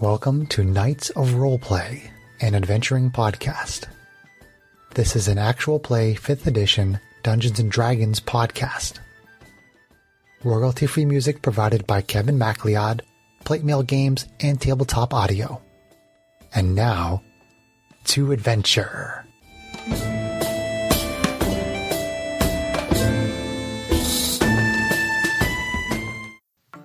welcome to Knights of Roleplay, an adventuring podcast. This is an actual play 5th edition Dungeons and Dragons podcast. Royalty free music provided by Kevin MacLeod, Plate Mail Games, and Tabletop Audio. And now, to adventure.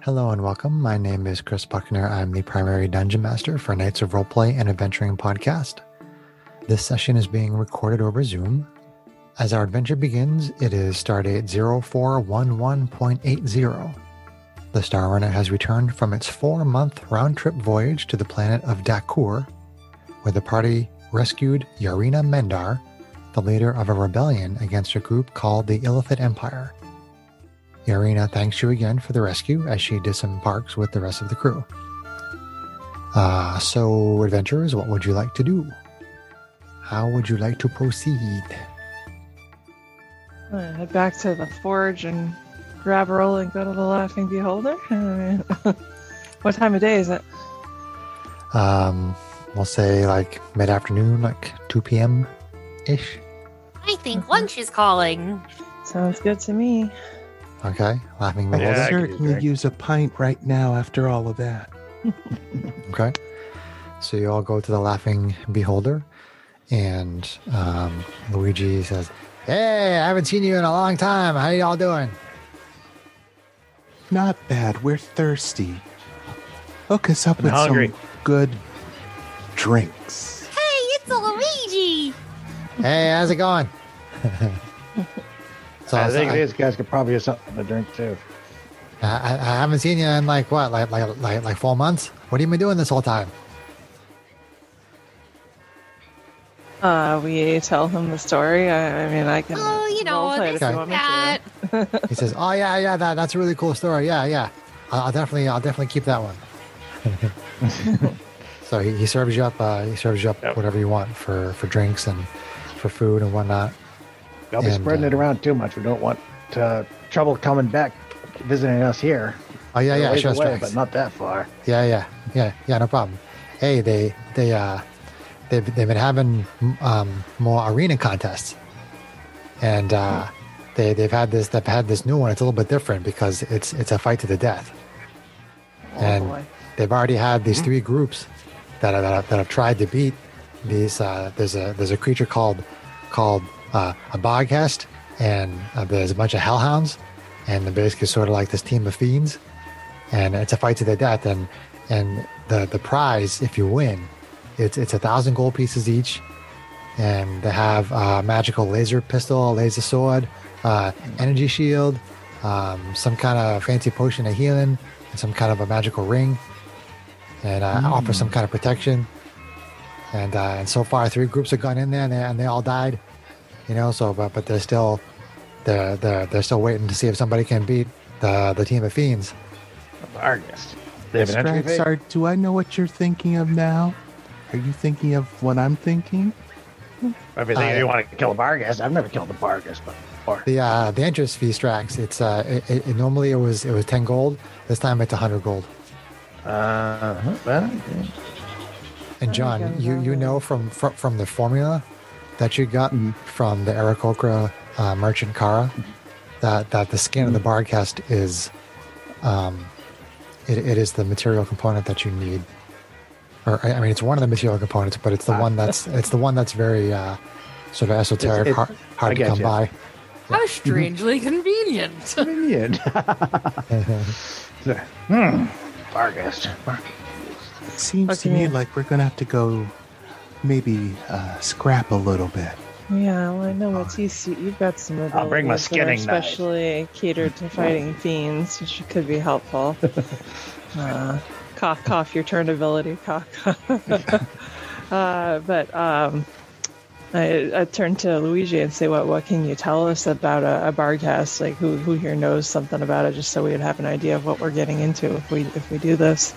Hello and welcome. My name is Chris Buckner. I'm the primary dungeon master for Knights of Roleplay and Adventuring podcast. This session is being recorded over Zoom. As our adventure begins, it is stardate 0411.80. The Star Runner has returned from its four month round trip voyage to the planet of Dakur, where the party rescued Yarina Mendar, the leader of a rebellion against a group called the Illithid Empire. Yarina thanks you again for the rescue as she disembarks with the rest of the crew. Uh, so, adventurers, what would you like to do? How would you like to proceed? I'm gonna head back to the forge and grab a roll and go to the Laughing Beholder. what time of day is it? Um, we'll say like mid afternoon, like 2 p.m. ish. I think lunch is calling. Sounds good to me. Okay. Laughing I Maple. will Yeah, I could certainly drink. use a pint right now after all of that. Okay. So you all go to the Laughing Beholder, and um, Luigi says, Hey, I haven't seen you in a long time. How y'all doing? Not bad. We're thirsty. Hook us up I'm with hungry. some good drinks. Hey, it's Luigi. hey, how's it going? so I I, think I, these guys could probably have something to drink too. I, I haven't seen you in like what, like like like, like four months. What have you been doing this whole time? Uh, we tell him the story. I, I mean, I can. Oh, you know, roleplay it this Okay. if you and want me that. to. He says, "Oh yeah, yeah, that, that's a really cool story. Yeah, yeah. I'll, I'll definitely, I'll definitely keep that one." so he, he serves you up, uh, he serves you up Yep. whatever you want for for drinks and for food and whatnot. Don't be And, spreading it uh, around too much. We don't want uh, trouble coming back visiting us here. Oh yeah, yeah, Ways sure, away, thanks. but not that far. Yeah, yeah, yeah, yeah. No problem. Hey, they they uh they've they've been having um, more arena contests, and uh, they they've had this they've had this new one. It's a little bit different because it's it's a fight to the death, Oh, and boy. Mm-hmm. they've already had these three groups that are, that, have, that have tried to beat these. Uh, there's a there's a creature called called uh, a boghest, and uh, there's a bunch of hellhounds, and they're basically sort of like this team of fiends and it's a fight to the death. And and the the prize, if you win, it's it's a thousand gold pieces each, and they have a magical laser pistol, laser sword, uh, energy shield, um, some kind of fancy potion of healing, and some kind of a magical ring, and uh, offer some kind of protection. And uh, and so far, three groups have gone in there, and they, and they all died. You know, so but but they're still. They're, they're, they're still waiting to see if somebody can beat the, the team of fiends. Argus. They have an entry Scraps fee. are, do I know what you're thinking of now? Are you thinking of what I'm thinking? If you think uh, you want to kill a Bargas, I've never killed a Bargas before. The uh, the entrance fee strax. It's uh, it, it, it- normally it was it was ten gold. This time it's hundred gold. Uh, well, yeah. And Okay, John, you, well you then. know from, from from the formula that you got Mm-hmm. from the Arakocra uh, merchant Kara Mm-hmm. that that the skin of the barcast is, um, it, it is the material component that you need. Or I I mean, it's one of the material components, but it's the Ah. one that's it's the one that's very uh, sort of esoteric, it's- hard, hard I to come getcha. by. How strangely convenient. Convenient. hmm. Bargas. It seems What do to you me mean? like we're going to have to go maybe uh, scrap a little bit. Yeah, well, I know it's easy. You've got some of I'll bring my skinning knife. especially catered to fighting fiends, which could be helpful. uh, cough, cough, your turn ability, cough, cough. uh, but um, I, I turn to Luigi and say, "What, what can you tell us about a, a barcast? Like, who, who here knows something about it, just so we'd have an idea of what we're getting into if we, if we do this."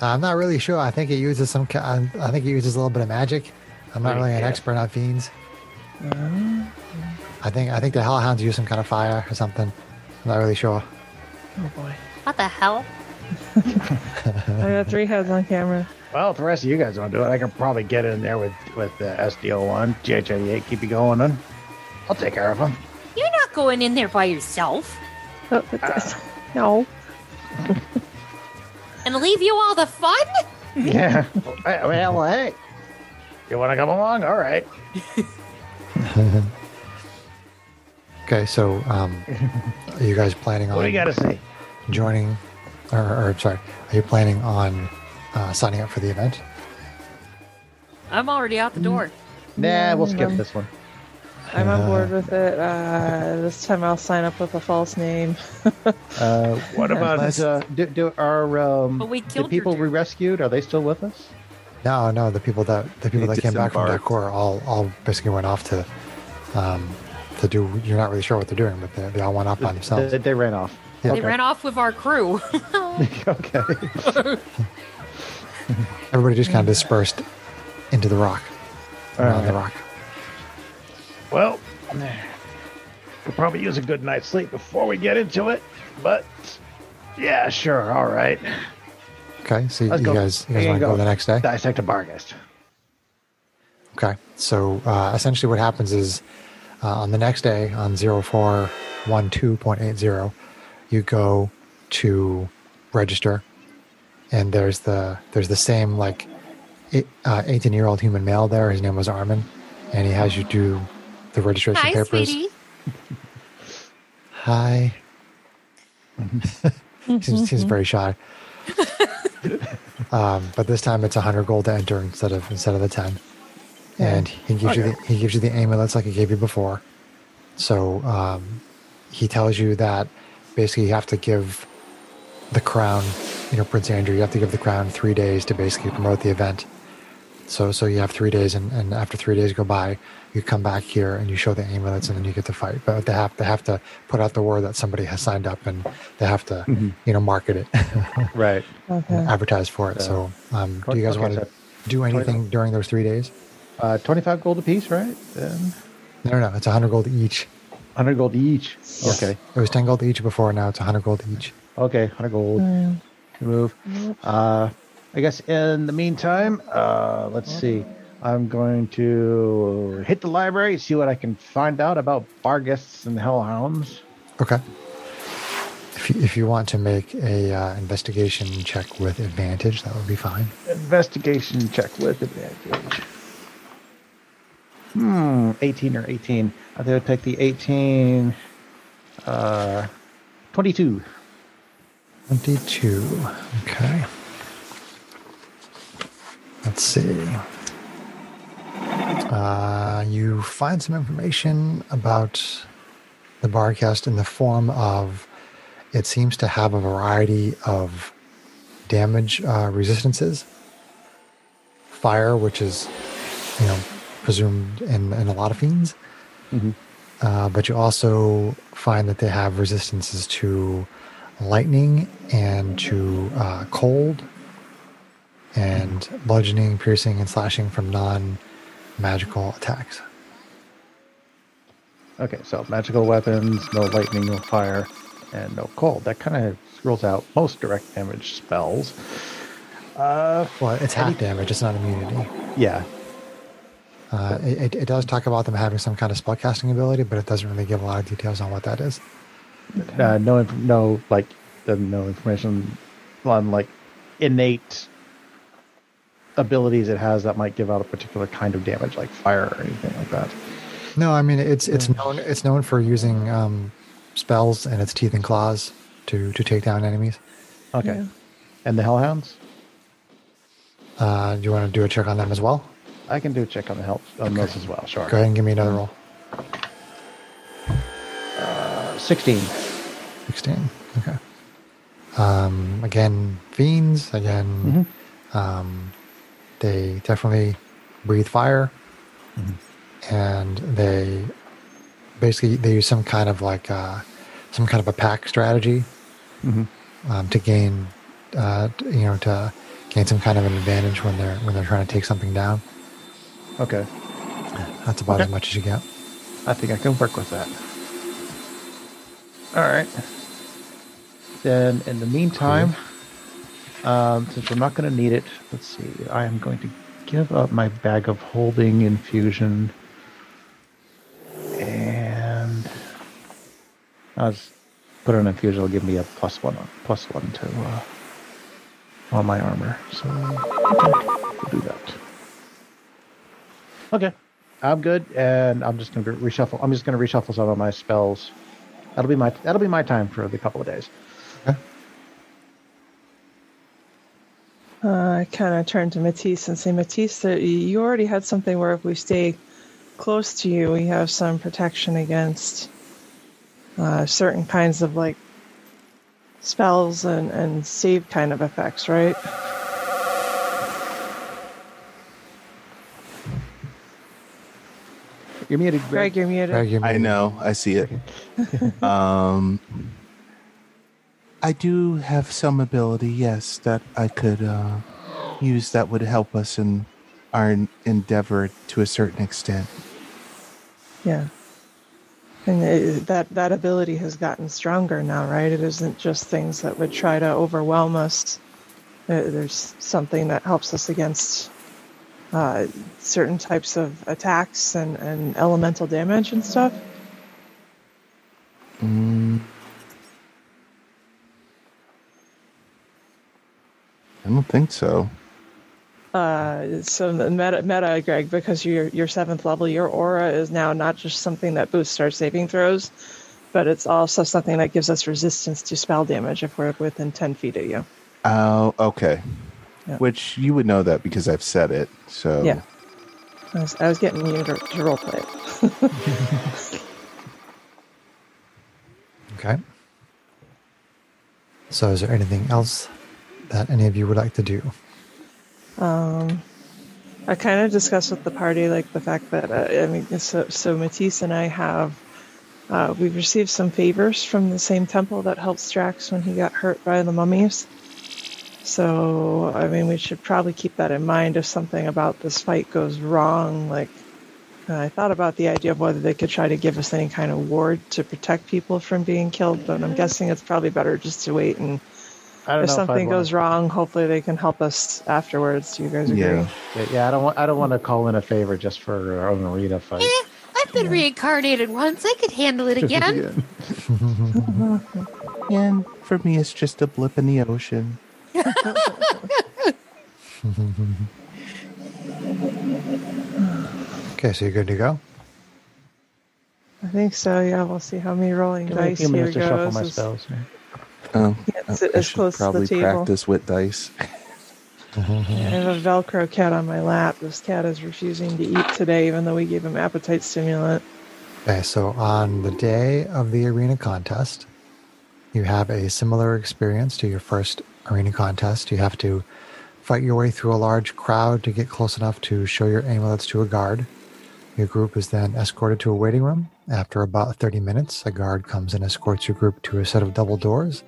I'm not really sure. I think it uses some. ki- I I think it uses a little bit of magic. I'm not really an Yeah. Uh-huh. expert on fiends. I think I think the hellhounds use some kind of fire or something. I'm not really sure. Oh boy, what the hell? I got three heads on camera. Well, if the rest of you guys want to do it, I can probably get in there with with uh, the SDO one, GH88. Keep you going, and I'll take care of them. You're not going in there by yourself Oh, Ah. it's- no. and leave you all the fun. yeah. Hey, Well, hey, you want to come along? All right. Okay, so um, are you guys planning on What do you got to say? joining, or, or sorry, are you planning on uh, signing up for the event? I'm already out the door. Nah, we'll skip Um, this one. I'm on Uh, board with it. Uh, this time I'll sign up with a false name. Uh, what about Unless- uh, do, do our um, But we the killed your people dude. we rescued? Are they still with us? No, no, the people that the people They that came back from disembarked. Dakor all all basically went off to, um, to do. You're not really sure what they're doing, but they, they all went off by themselves. They, they ran off. Yeah. They ran off with our crew. Okay. Everybody just kind of dispersed into the rock, around the Alright. rock. Well, could probably use a good night's sleep before we get into it, but yeah, sure, all right. Okay, so you Let's go. guys, you We guys can want to go go. the next day? Dissect a bargast. Okay. So uh, essentially, what happens is uh, on the next day, on 0412.80, you go to register, and there's the there's the same like eight- uh, 18 year old human male there. His name was Armin, and he has you do the registration Hi, papers. sweetie. Hi. He's, he's very shy. um, but this time it's hundred gold to enter instead of instead of the ten, and he gives you the, he gives you the amulets like he gave you before. So um, he tells you that basically you have to give the crown, you know, Prince Andrew, you have to give the crown three days to basically promote the event. So so you have three days, and, and after three days go by, you come back here and you show the amulets, and then you get to fight. But they have they have to put out the word that somebody has signed up, and they have to you know market it, and Right. Okay. advertise for it. So um, do you guys Okay, want to so- do anything during those three days? Uh, 25 gold apiece, right? Then No, no, no. It's hundred gold each. 100 gold each. Okay. It was ten gold each before. Now it's hundred gold each. Okay, 100 gold. Mm. Good move. Uh, I guess in the meantime, uh, let's see. I'm going to hit the library, see what I can find out about bargists and hellhounds. Okay. If you, if you want to make a uh, investigation check with advantage, that would be fine. Investigation check with advantage. Hmm, 18 or 18. I think I'll take the 18. Uh, 22. 22. Okay. Let's see. Uh, you find some information about the barcast in the form of it seems to have a variety of damage uh, resistances. Fire, which is, you know, presumed in, in a lot of fiends. Uh, but you also find that they have resistances to lightning and to uh, cold and bludgeoning, piercing, and slashing from non magical attacks. Okay, so magical weapons, no lightning, no fire, and no cold. That kind of rules out most direct damage spells. Uh, Well, it's half damage, it's not immunity. yeah. Uh, it, it- it does talk about them having some kind of spellcasting ability, but it doesn't really give a lot of details on what that is. Uh, no, inf- no, like, uh, no information on like innate abilities it has that might give out a particular kind of damage, like fire or anything like that. No, I mean it's it's known it's known for using um, spells and its teeth and claws to to take down enemies. Okay. And the hellhounds, Uh, do you want to do a check on them as well? I can do a check on the hell on those as well. Sure. Go ahead and give me another roll. Uh, Sixteen. 16. Okay. Um, again, fiends. Again, Mm-hmm. um, they definitely breathe fire, and they basically they use some kind of like uh, some kind of a pack strategy um, to gain, uh, t- you know, to gain some kind of an advantage when they're when they're trying to take something down. Okay. That's about as Okay. much as you get. I think I can work with that. All right. Then in the meantime, Um, since we're not going to need it, let's see. I am going to give up my bag of holding infusion. And I'll just put an infusion. It'll give me a plus one, plus one to uh, on my armor. So we'll do that. Okay, I'm good, and I'm just going to reshuffle. I'm just going to reshuffle some of my spells. That'll be my that'll be my time for the couple of days. Uh, I kind of turn to Matisse and say, Matisse, there- you already had something where if we stay close to you, we have some protection against uh, certain kinds of like spells and, and save kind of effects, right? You're muted, Greg. Greg, you're muted. Greg, you I mean- know. I see it. um, I do have some ability, yes, that I could uh, use that would help us in our endeavor to a certain extent. Yeah. And it, that that ability has gotten stronger now, right? It isn't just things that would try to overwhelm us. Uh, There's something that helps us against uh, certain types of attacks and, and elemental damage and stuff. Mm. I don't think so. Uh, so the meta, meta, Greg, because you're you're seventh level, your aura is now not just something that boosts our saving throws, but it's also something that gives us resistance to spell damage if we're within ten feet of you. Oh, okay. Yeah. Which you would know that because I've said it. So Yeah. I was, I was getting you to, to roleplay it. Okay. So, is there anything else that any of you would like to do? I kind of discussed with the party like the fact that uh, I mean, so, so Matisse and I have uh, we've received some favors from the same temple that helped Strax when he got hurt by the mummies. So I mean, we should probably keep that in mind if something about this fight goes wrong. Like I thought about the idea of whether they could try to give us any kind of ward to protect people from being killed, but I'm guessing it's probably better just to wait and I don't if know I'd something wanna- goes wrong, hopefully they can help us afterwards. Do you guys agree? yeah. Yeah, yeah, I don't want. I don't want to call in a favor just for our own arena fight. Eh, I've been reincarnated once. I could handle it again. And for me, it's just a blip in the ocean. Okay, so you're good to go. I think so. Yeah, we'll see how many rolling Give me a dice few here minutes goes. to shuffle my It's- spells. man. Um, Yeah, it's- I- I it's should close to the probably table. practice with dice. I have a Velcro cat on my lap. This cat is refusing to eat today, even though we gave him appetite stimulant. Okay, so on the day of the arena contest, you have a similar experience to your first arena contest. You have to fight your way through a large crowd to get close enough to show your amulets to a guard. Your group is then escorted to a waiting room. After about 30 minutes, a guard comes and escorts your group to a set of double doors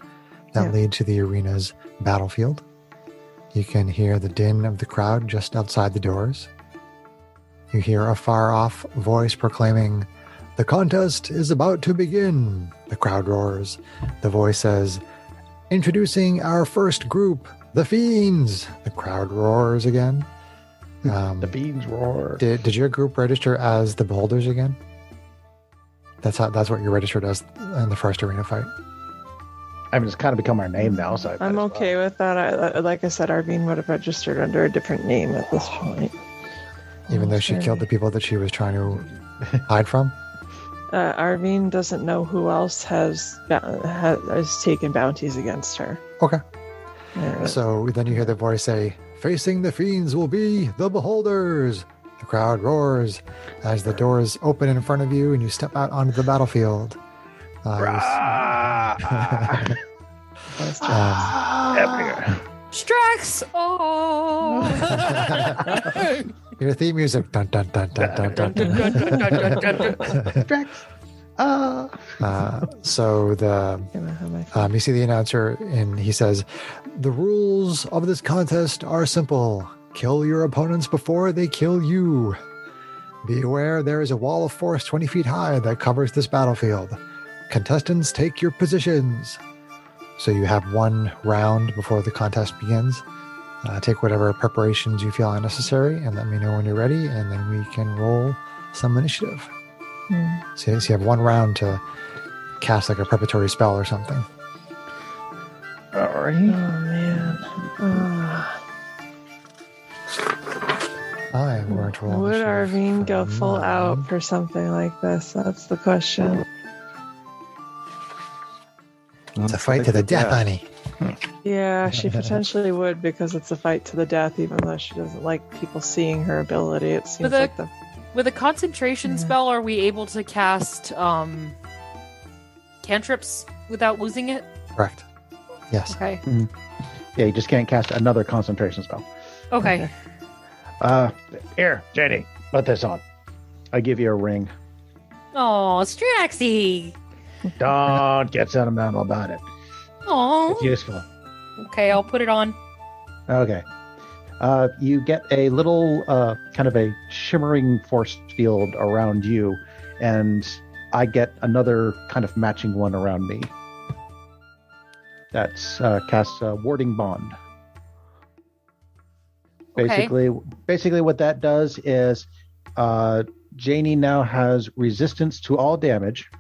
that Yeah. lead to the arena's battlefield. You can hear the din of the crowd just outside the doors. You hear a far off voice proclaiming, The contest is about to begin. The crowd roars. The voice says, Introducing our first group, the Fiends. The crowd roars again. Um, The beans roar. did, did your group register as the Beholders again? That's how. That's what you registered as in the first arena fight. I mean, it's kind of become our name now, so I I'm might as okay with that. I, I- like I said, Arvine would have registered under a different name at this point. Even Oh, though she killed the people that she was trying to hide from. Uh, Arvine doesn't know who else has, bou- has has taken bounties against her. Okay. Uh, So then you hear the voice say, Facing the fiends will be the beholders. The crowd roars as the doors open in front of you and you step out onto the battlefield. Uh, you s- um, Ah. Strax! Oh! your theme music. Dun, dun, dun, dun, dun, dun, dun. Uh, Uh, so the I'm gonna have my phone. Um, you see the announcer, and he says, The rules of this contest are simple kill your opponents before they kill you. Be aware there is a wall of force 20 feet high that covers this battlefield. Contestants take your positions. So you have one round before the contest begins. Uh, take whatever preparations you feel are necessary and let me know when you're ready, and then we can roll some initiative. Mm. So, so you have one round to cast like a preparatory spell or something. Oh man. Ah. I am going to roll. would initiative Arvine for go full mine. out for something like this? That's the question. It's a fight to the death, honey. Yeah, she potentially would because it's a fight to the death, even though she doesn't like people seeing her ability. It seems the- like the With a concentration Mm. spell, are we able to cast um, cantrips without losing it? Correct. Yes. Okay. Yeah, you just can't cast another concentration spell. Okay. Uh, here, Jenny, put this on. I give you a ring. Oh, Straxy. Don't get sentimental about it. It's Oh. useful. Okay, I'll put it on. Okay. Uh, you get a little uh, kind of a shimmering force field around you, and I get another kind of matching one around me. That's uh, casts uh, warding bond. Okay. Basically, basically what that does is uh, Janie now has resistance to all damage,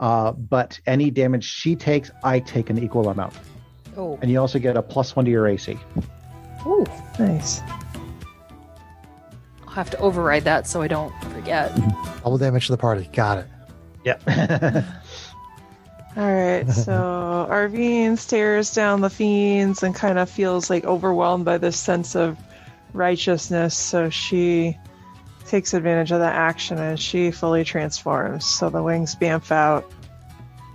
uh, but any damage she takes, I take an equal amount, Oh. and you also get a plus one to your AC. Ooh. nice. I'll have to override that so I don't forget. Double damage to the party. Got it. Yep. All right, so Arvine stares down the fiends and kind of feels like overwhelmed by this sense of righteousness. So she takes advantage of that action and she fully transforms. So the wings bamf out,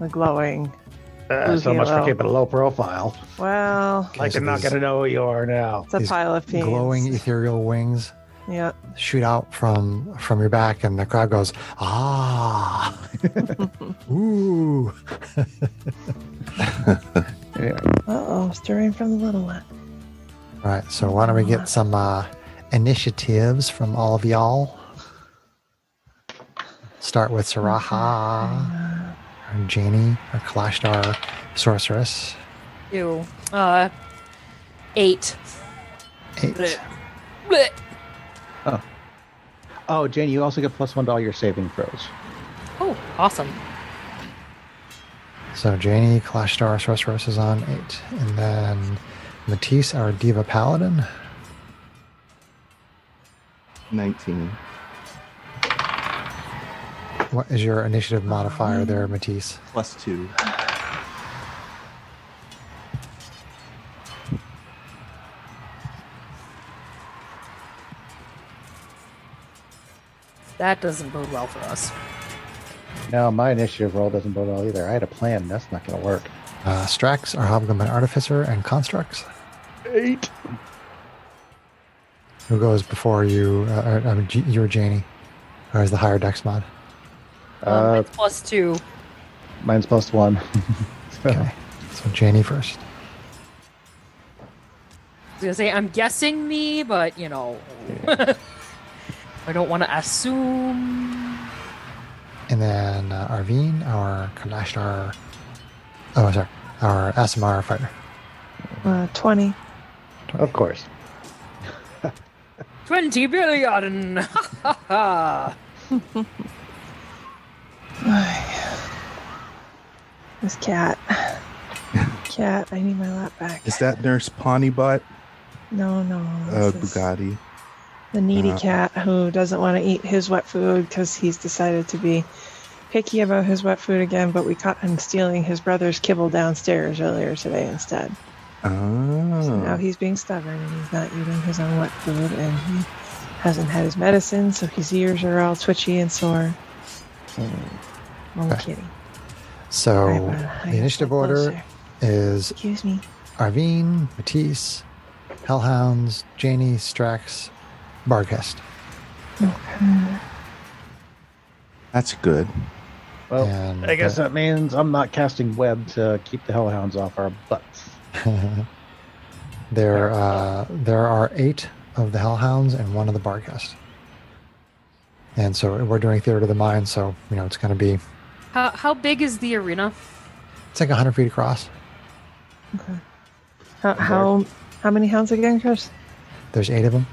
the glowing. Uh, so much for Well. keeping a low profile. Well, Like I'm these not going to know who you are E now. it's a These pile of fiends. glowing e- ethereal wings Yep. shoot out from from your back, and the crowd goes ah, ooh. Uh oh, stirring from the little one. All right. So why don't we get some uh, initiatives from all of y'all? Start with Saraha, or Janie, or Kalashtar, sorceress. Ew. Uh, eight. Eight. Blech. Oh, Jane, you also get plus one to all your saving throws. Oh, awesome. So Janie, Clash Star, Sorceress is on eight. And then Matisse, our Diva Paladin. 19. What is your initiative modifier there, Matisse? Plus 2. That doesn't bode well for us. No, my initiative roll doesn't bode well either. I had a plan. That's not going to work. Uh, Strax, our Hobgoblin Artificer, and Constructs. Eight. Who goes before you? Uh, or, I mean, J- you're Janie, or is the higher dex mod? Um, Uh, it's plus two. mine's plus one. So, Okay. So Janie first. I was gonna say I'm guessing me, but you know, I don't want to assume. And then uh, Arvine, our Clash Star. Oh, sorry. Our Asimar fighter. Uh, 20. Of course. Twenty billion. Ha ha ha. This cat. Cat, I need my lap back. Is that Nurse Pawnybot? No, no. Uh, this is- Bugatti. The needy Uh, cat who doesn't want to eat his wet food because he's decided to be picky about his wet food again, but we caught him stealing his brother's kibble downstairs earlier today instead. So now Uh-huh. Oh. he's being stubborn and he's not eating his own wet food and he hasn't had his medicine, so his ears are all twitchy and sore. Only Hmm. Okay. kidding. So All right, well, I the gotta initiative get order closer. is Excuse me. Arvine, Matisse, Hellhounds, Janie, Strax, Barghest. That's good. Well, And I guess the- that means I'm not casting web to keep the hellhounds off our butts. There, uh, there are eight of the Hellhounds and one of the Barghest. And so we're doing theater of the mind, so you know it's going to be How how big is the arena? it's like 100 feet across. How how, how many hounds again, Chris? There's eight of them.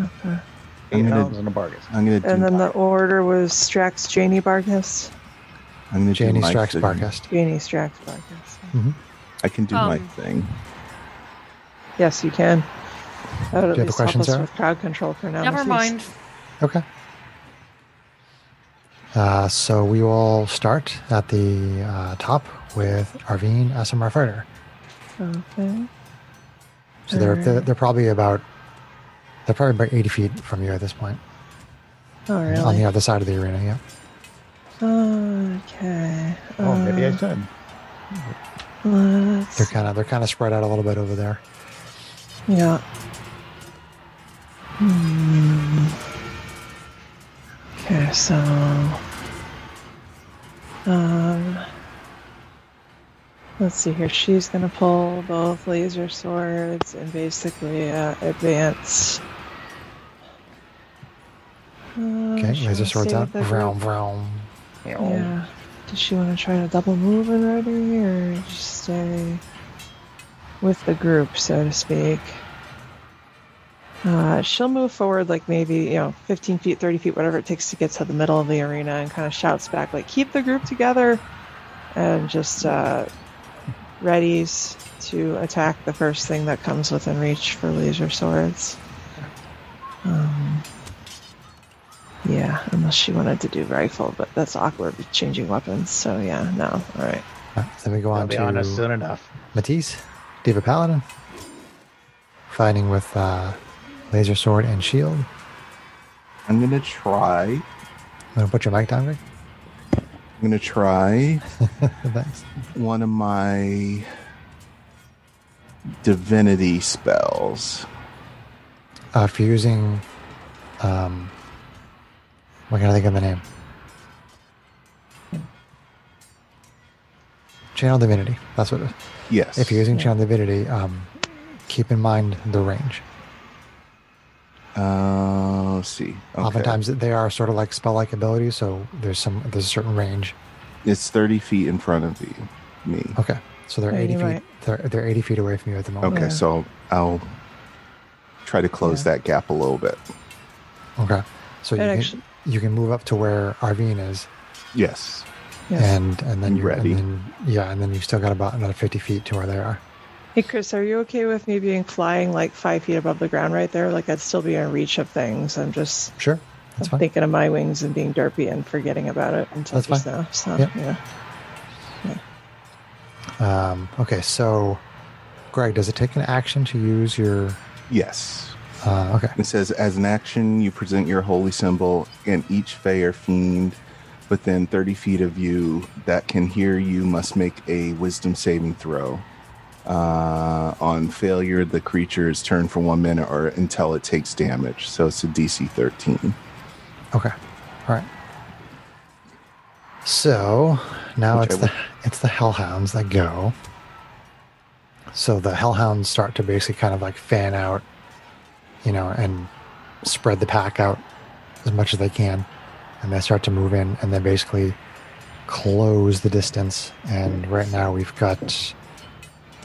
Okay. Eight I'm gonna, hounds and a bargain. I'm gonna do. And then the order was Strax, Janie Bargus, I'm gonna Janie do my Strax thing. Barkest. Janie Strax Bargus. I can do my Um, thing. Yes, you can. That would at Do you have a least question, help us Sarah? with crowd control for now. Never please. mind. Okay. Uh, so we will start at the uh, top with Arvine SMR Fighter. Okay. So they're, Alright. they're they're probably about they're probably about eighty feet from you at this point Oh, on really? the other side of the arena. Yeah. Okay. Oh, maybe I uh, should. let's- They're kind of they're kind of spread out a little bit over there. Yeah. Hmm. Okay, so. Um. Let's see here. She's gonna pull both laser swords and basically uh, advance. Uh, Oh, Okay, laser swords out. Vroom vroom. Yeah. Does she want to try to double move already, or just stay with the group, so to speak? Uh, she'll move forward, like maybe you know, 15 feet, 30 feet, whatever it takes to get to the middle of the arena, and kind of shouts back, like "Keep the group together," and just uh, readies to attack the first thing that comes within reach for laser swords. Um, yeah, unless she wanted to do rifle, but that's awkward with changing weapons. So yeah, no. All right. Uh, Then we go I'll on be to on us soon enough. Matisse, Diva Paladin, fighting with uh, laser sword and shield. I'm gonna try. I'm gonna put your mic down, Rick. I'm gonna try Thanks. one of my divinity spells. Uh, if you're using, um, what can I think of the name? Channel Divinity. That's what it is. Yes. If you're using Channel Divinity, um, keep in mind the range. Uh, let's see. Okay. Oftentimes, they are sort of like spell-like abilities, so there's some there's a certain range. it's 30 feet in front of you, me. Okay, so they're Yeah, 80 feet. you're right. They're, they're 80 feet away from you at the moment. Okay, Yeah. so I'll try to close that gap a little bit. Okay, so you That can, actually- you can move up to where Arvine is, Yes. Yes. and and then You you're ready? And then, yeah, and then you've still got about another 50 feet to where they are. Hey Chris, are you okay with me being flying like five feet above the ground right there? Like I'd still be in reach of things. I'm just Sure, that's fine. thinking of my wings and being derpy and forgetting about it until That's just fine. now. So Yep. yeah. Um, okay, so Greg, does it take an action to use your? Yes. Uh, okay, It says, as an action, you present your holy symbol, and each fey or fiend within 30 feet of you that can hear you must make a wisdom saving throw. Uh, on failure, the creature is turned for one minute or until it takes damage. So it's a DC 13. okay, all right. So now Which it's I the it's the hellhounds that go. So the hellhounds start to basically kind of like fan out, you know, and spread the pack out as much as they can, and they start to move in, and then basically close the distance. And right now we've got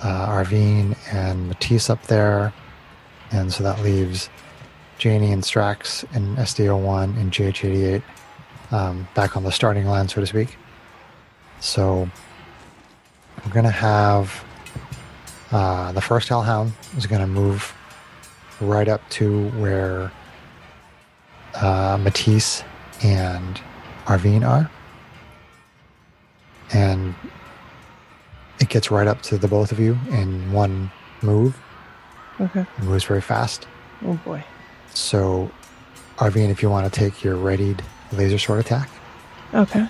uh, Arvine and Matisse up there, and so that leaves Janie and Strax and SDO1 and GH88 um, back on the starting line, so to speak. So we're gonna have uh, the first Hellhound is gonna move right up to where uh, Matisse and Arvine are, and it gets right up to the both of you in one move. Okay. It moves very fast. Oh boy. So, Arvine, if you want to take your readied laser sword attack, Okay.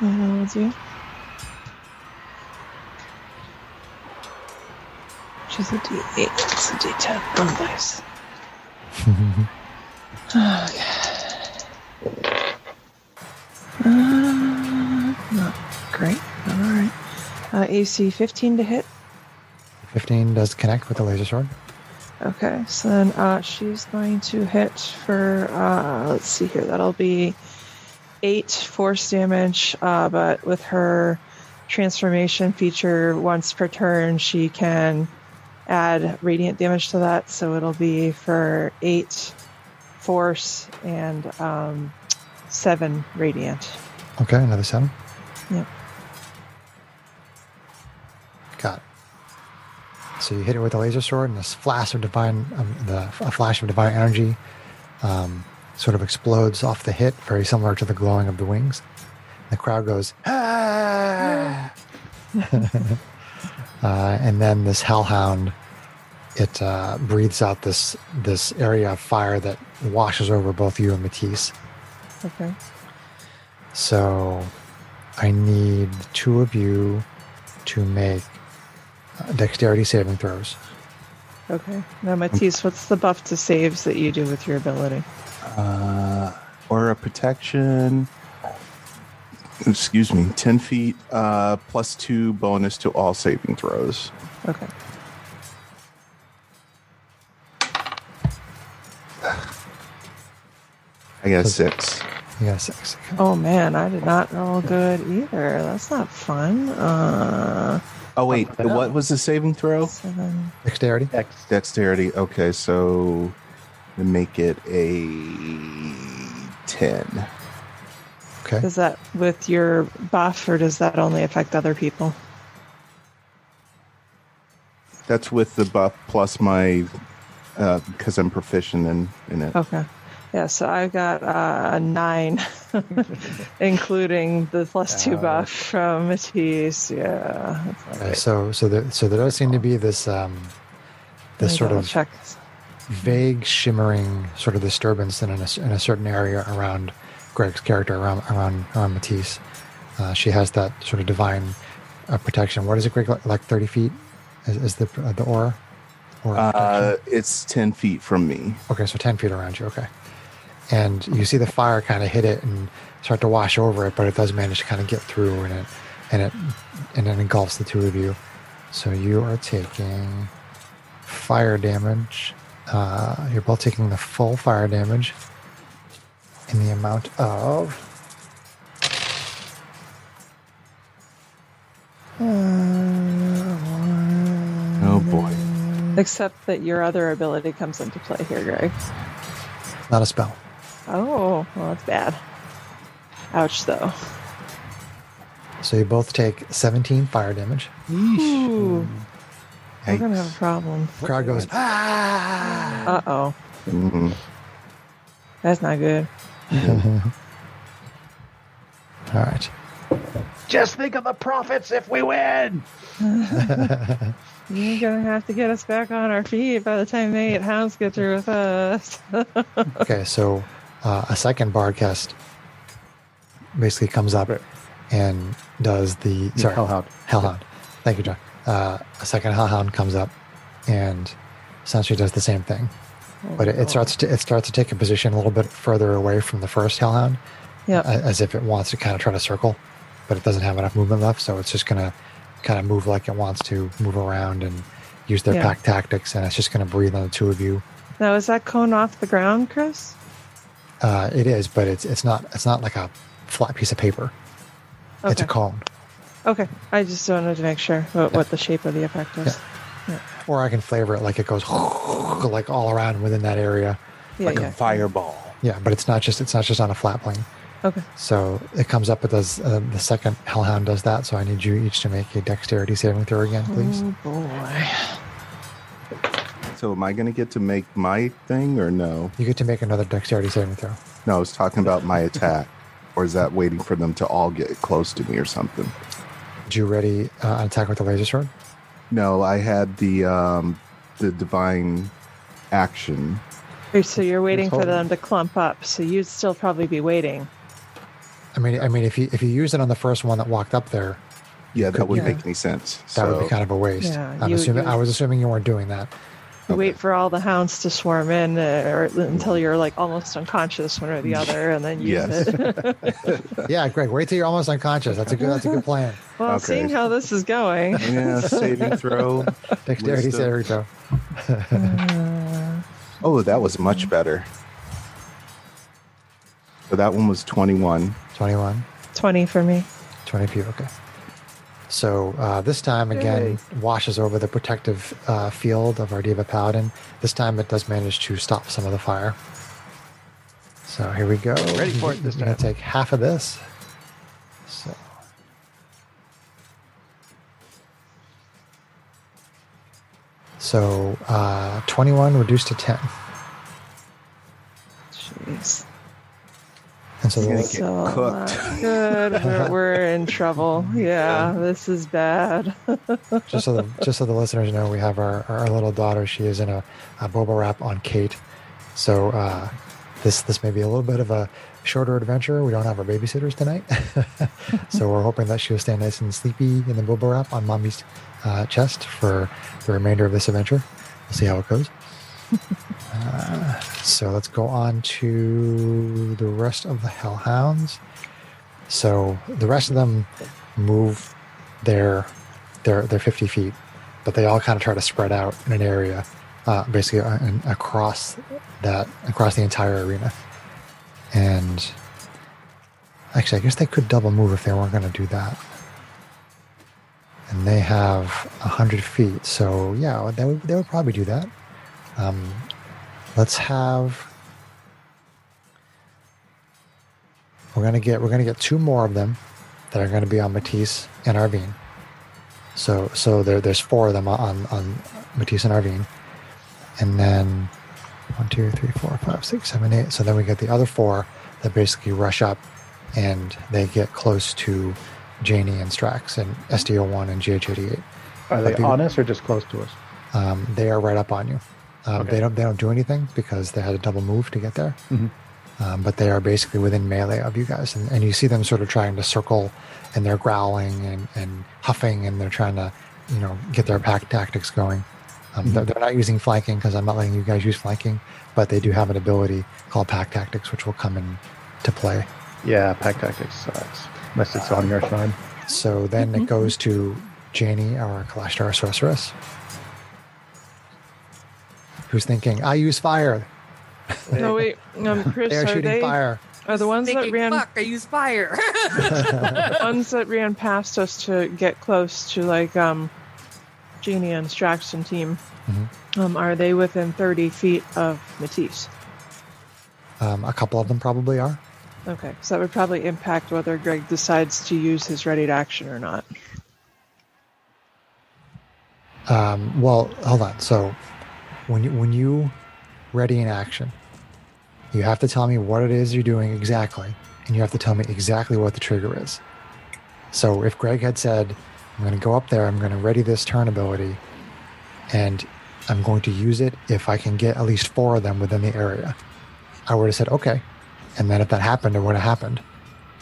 I will do. She's a D8. It's a D10. Oh, nice. Oh, God. Uh, not great. but All right. Uh, AC 15 to hit. 15 does connect with the laser sword. Okay, so then uh, she's going to hit for, uh, let's see here, that'll be eight force damage, uh, but with her transformation feature once per turn, she can add radiant damage to that. So it'll be for eight force and um, seven radiant. Okay, another seven. Yep. Got. it. So you hit it with a laser sword, and this flash of divine, um, the a flash of divine energy, um, sort of explodes off the hit, very similar to the glowing of the wings. The crowd goes, ah! uh, and then this hellhound, it uh, breathes out this this area of fire that washes over both you and Matisse. Okay. So I need the two of you to make uh, dexterity saving throws. Okay. Now, Matisse, what's the buff to saves that you do with your ability? Uh, aura protection. Excuse me. Ten feet uh, plus two bonus to all saving throws. Okay. I got a six. You got a six. Okay. Oh man, I did not roll good either. That's not fun. Uh, Oh wait, what was the saving throw? seven. Dexterity. Dex. Dexterity. Okay, so we make it a ten. Okay. Is that with your buff, or does that only affect other people? That's with the buff plus my uh, because I'm proficient in in it. Okay. Yeah, so I've got uh, a nine, including the plus two Ouch. buff from Matisse. Yeah. that's not Okay, great. So so there so there does seem to be this um, Let this me sort double of check. vague shimmering sort of disturbance in a, in a certain area around Greg's character around around, around Matisse. Uh, she has that sort of divine uh, protection. What is it, Greg? Like, like thirty feet is, is the uh, the aura. Aura protection? Uh, it's ten feet from me. Okay, so 10 feet around you. Okay. And you see the fire kind of hit it and start to wash over it, but it does manage to kind of get through and it and it and it engulfs the two of you. So you are taking fire damage. Uh, you're both taking the full fire damage in the amount of Oh boy. Except that your other ability comes into play here, Greg. not a spell. Oh, well, that's bad. Ouch, though. So you both take 17 fire damage. Ooh, we're gonna have a Yikes. problem. Crowd goes, ah! Uh oh, Mhm. that's not good. "Ah!" All right. Just think of the profits if we win. You're gonna have to get us back on our feet by the time they eight hounds get through with us. Okay, so uh, a second barcast basically comes up Right. and does the sorry Hellhound. Hellhound. Thank you, John. Uh, a second hellhound comes up and essentially does the same thing, but it, it starts to it starts to take a position a little bit further away from the first hellhound, Yep. a- as if it wants to kind of try to circle, but it doesn't have enough movement left, so it's just gonna kind of move like it wants to move around and use their Yeah. pack tactics, and it's just gonna breathe on the two of you. now is that cone off the ground, Chris? Uh, it is, but it's it's not it's not like a flat piece of paper. Okay. It's a cone. Okay, I just wanted to make sure what, what the shape of the effect is. Or I can flavor it like it goes like all around within that area. Yeah, Like yeah. a fireball. Yeah, but it's not just it's not just on a flat plane. Okay. So it comes up. It does uh, the second hellhound does that. So I need you each to make a dexterity saving throw again, please. Oh boy. So am I going to get to make my thing or no? You get to make another dexterity saving throw. No, I was talking about my attack. Or is that waiting for them to all get close to me or something? Do you ready uh, an attack with the laser sword? No, I had the um, the divine action. So you're waiting for holding. them to clump up. So you'd still probably be waiting. I mean, I mean, if you if you use it on the first one that walked up there, Yeah, that wouldn't Yeah. make any sense. that So would be kind of a waste. Yeah, I'm you- assuming you- I was assuming you weren't doing that. You Okay. wait for all the hounds to swarm in, uh, or until you're like almost unconscious, one or the other, and then use Yes. it. Yeah, Greg, wait till you're almost unconscious. That's a good that's a good plan. well, Okay. seeing how this is going, yeah, saving throw. Dexterity Wisdom. saving throw. Oh, that was much better. So that one was twenty one. 21, 20 for me. 20 feet, okay. So uh, this time again washes over the protective uh, field of our diva paladin. This time it does manage to stop some of the fire. So here we go. Ready for it this I'm gonna time. take half of this. So So uh, 21 reduced to 10. Jeez. And so the, You're gonna get So, cooked. not Good. We're, we're in trouble. Yeah, this is bad. just so the, just so the listeners know, we have our, our little daughter. She is in a, a boba wrap on Kate. So uh, this this may be a little bit of a shorter adventure. We don't have our babysitters tonight, so we're hoping that she'll stay nice and sleepy in the boba wrap on mommy's uh, chest for the remainder of this adventure. We'll see how it goes. Uh, so let's go on to the rest of the hellhounds. So the rest of them move their their their 50 feet, but they all kind of try to spread out in an area, uh, basically uh, and across that across the entire arena. And actually, I guess they could double move if they weren't going to do that. And they have 100 feet, so yeah, they would, they would probably do that. Um, let's have we're gonna get we're gonna get two more of them that are gonna be on Matisse and Arvine. So so there there's four of them on on Matisse and Arvine, and then one two three four five six seven eight. So then we get the other four that basically rush up, and they get close to Janie and Strax and SDO one and GH88. Are they Like, on us or just close to us? Um, they are right up on you. Um, Okay. They don't they don't do anything because they had a double move to get there. Mhm. Um, but they are basically within melee of you guys, and, and you see them sort of trying to circle, and they're growling and, and huffing, and they're trying to, you know, get their pack tactics going. Um, they're, they're not using flanking because I'm not letting you guys use flanking, but they do have an ability called pack tactics, which will come in to play. Yeah, pack tactics sucks. Unless it's on your shrine. So then it goes to Janie, our Kalashtar sorceress, who's thinking, I use fire. No, wait. Um, Chris, They are are shooting they fire. are the ones that Thinking, ran Fuck, I use fire. the ones that ran past us to get close to like um, Janie and Straxton team? Mm-hmm. Um, are they within thirty feet of Matisse? Um, a couple of them probably are. Okay, so that would probably impact whether Greg decides to use his ready to action or not. Um, well, hold on. So when you when you ready in action, you have to tell me what it is you're doing exactly, and you have to tell me exactly what the trigger is. So if Greg had said, "I'm going to go up there, I'm going to ready this turn ability, and I'm going to use it if I can get at least four of them within the area," I would have said, "Okay," and then if that happened, it would have happened.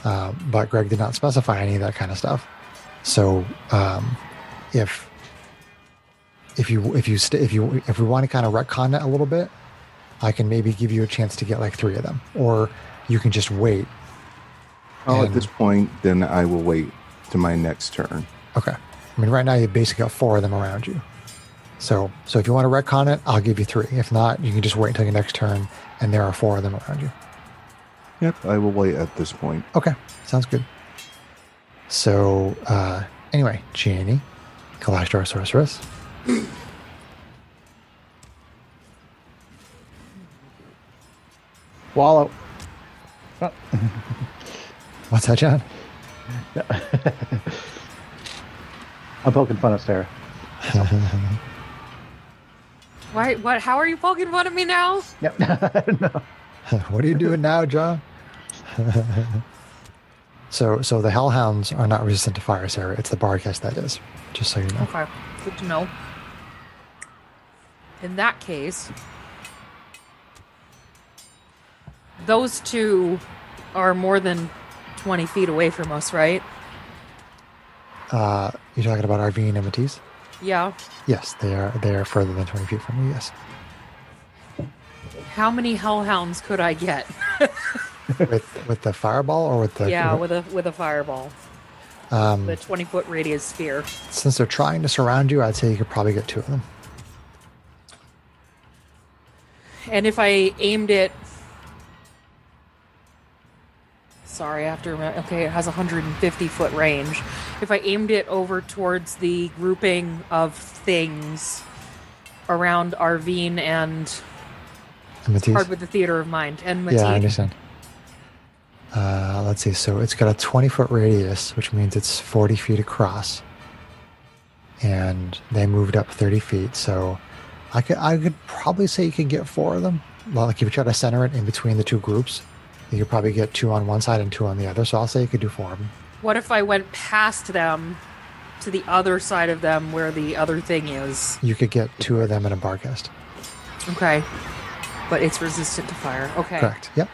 Uh, but Greg did not specify any of that kind of stuff. So um, if if you if you st- if you if we want to kind of retcon that a little bit, I can maybe give you a chance to get like three of them, or you can just wait. Oh, at And- this point, then I will wait to my next turn. Okay. I mean, right now you basically got four of them around you. So so if you want to retcon it, I'll give you three. If not, you can just wait until your next turn, and there are four of them around you. Yep, I will wait at this point. Okay, sounds good. So uh, anyway, Gianni, Kalashtar sorceress. Wallow. What's that, John? I'm poking fun at Sarah. Why? What? How are you poking fun at me now? Yep. what are you doing now, John? so, so the hellhounds are not resistant to fire, Sarah. It's the barcast that is. Just so you know. Okay, good to know. In that case, those two are more than twenty feet away from us, right? Uh, you're talking about Arvine and Matisse? Yeah. Yes, they are. They are further than 20 feet from you. Yes. How many hellhounds could I get? with with the fireball or with the yeah, with a with a fireball, um, the twenty foot radius sphere. since they're trying to surround you, I'd say you could probably get two of them. And if I aimed it Sorry, I have to remember. Okay, it has 150 foot range. If I aimed it over towards the grouping of things around Arvine and Matisse? Hard with the Theater of Mind and Yeah, I Mateen, understand. Uh, let's see. So it's got a 20 foot radius, which means it's 40 feet across. And they moved up 30 feet. So I could, I could probably say you can get four of them. Well, like if you try to center it in between the two groups, you could probably get two on one side and two on the other. So I'll say you could do four of them. what if I went past them to the other side of them where the other thing is? You could get two of them in a barcast. Okay. But it's resistant to fire. Okay. Correct. Yep.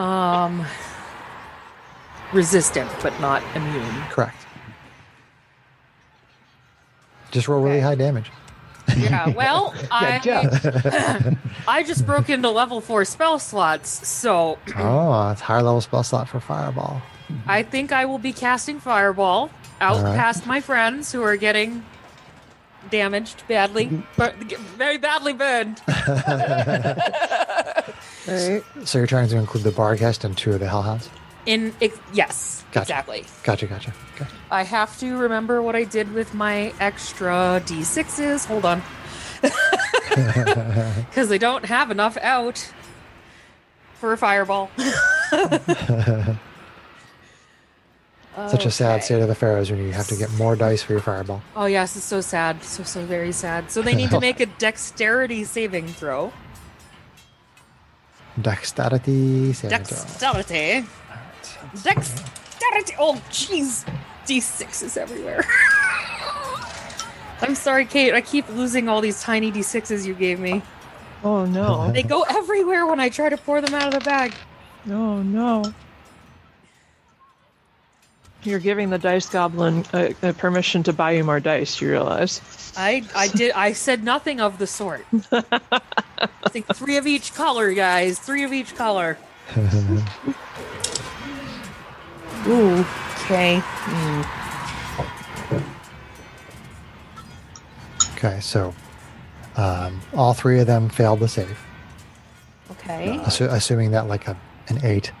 Um resistant but not immune. Correct. Just roll really Okay. high damage. Yeah, well, I I just broke into level 4 spell slots, so Oh, it's higher level spell slot for fireball. I think I will be casting fireball out All right. past my friends who are getting damaged badly, Mm-hmm. but very badly burned. Right? So you're trying to include the barghest and two of the hellhounds? In ex- yes, Gotcha. exactly. Gotcha, gotcha. Okay. I have to remember what I did with my extra d6s. Hold on. Because I don't have enough out for a fireball. Such a sad Okay. state of affairs when you have to get more dice for your fireball. Oh, yes, it's so sad. So, so very sad. So, they need to make a dexterity saving throw. Dexterity saving throw. Dexterity. Dexterity. Oh, jeez. D6 is everywhere. I'm sorry, Kate. I keep losing all these tiny D6s you gave me. Oh no! They go everywhere when I try to pour them out of the bag. No no! You're giving the dice goblin uh, uh, permission to buy you more dice. You realize? I I did I said nothing of the sort. I think three of each color, guys. Three of each color. Ooh. Okay. Okay, so um, all three of them failed the save, Okay. assu- assuming that like a, an eight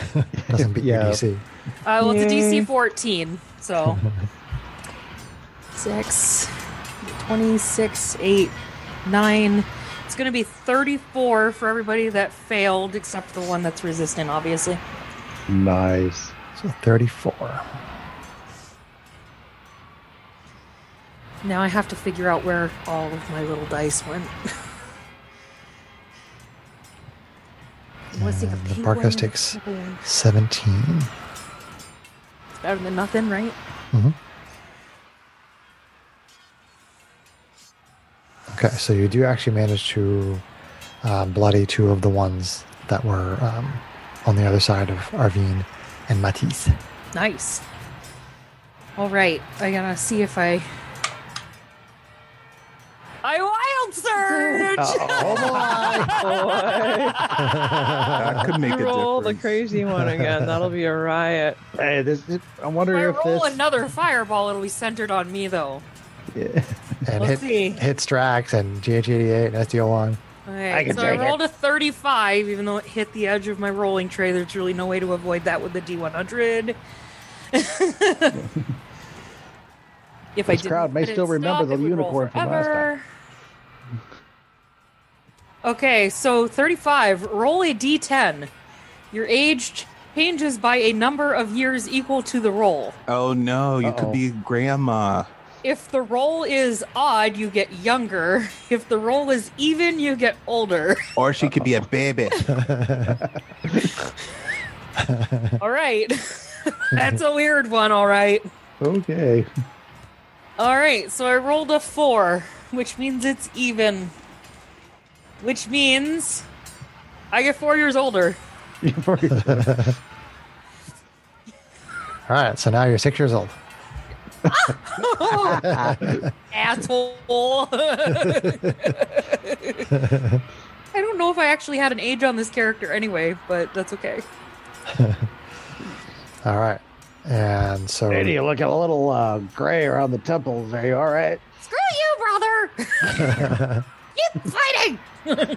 doesn't beat Yeah. your DC. Uh, well, it's a Yay. DC 14, so. 6, 26, 8, 9. It's going to be 34 for everybody that failed, except for the one that's resistant, obviously. Nice. So 34. Now I have to figure out where all of my little dice went. Let's see, And the pink Barkas one, takes- purple one. 17. It's better than nothing, right? Okay, so you do actually manage to uh, bloody two of the ones that were um, on the other side of Arvine and Matisse. Nice. All right, I gotta see if I. I wild surge. Boy, That could make you a roll the difference. crazy one again. That'll be a riot. Hey, this. It, I if wonder I if roll this. another fireball, it'll be centered on me, though. and We'll hit see. hit Strax and GH88 and SDO1. Okay, I can so I take it. rolled a 35, even though it hit the edge of my rolling tray. There's really no way to avoid that with the D100. if I This didn't crowd may put it still remember stop, the it would roll unicorn from last time. forever. Okay, so 35. Roll a D10. Your age changes by a number of years equal to the roll. Oh no, you Uh-oh. could be grandma. If the roll is odd, you get younger. If the roll is even, you get older. Or she could be a baby. All right. That's a weird one, all right. Okay. All right, so I rolled a four, which means it's even. Which means I get four years older. All right, so now you're six years old. Asshole. I don't know if I actually had an age on this character anyway, but that's okay. All right. And so Lady, you're looking a little uh, gray around the temples. Are you all right? Screw you, brother! Keep fighting!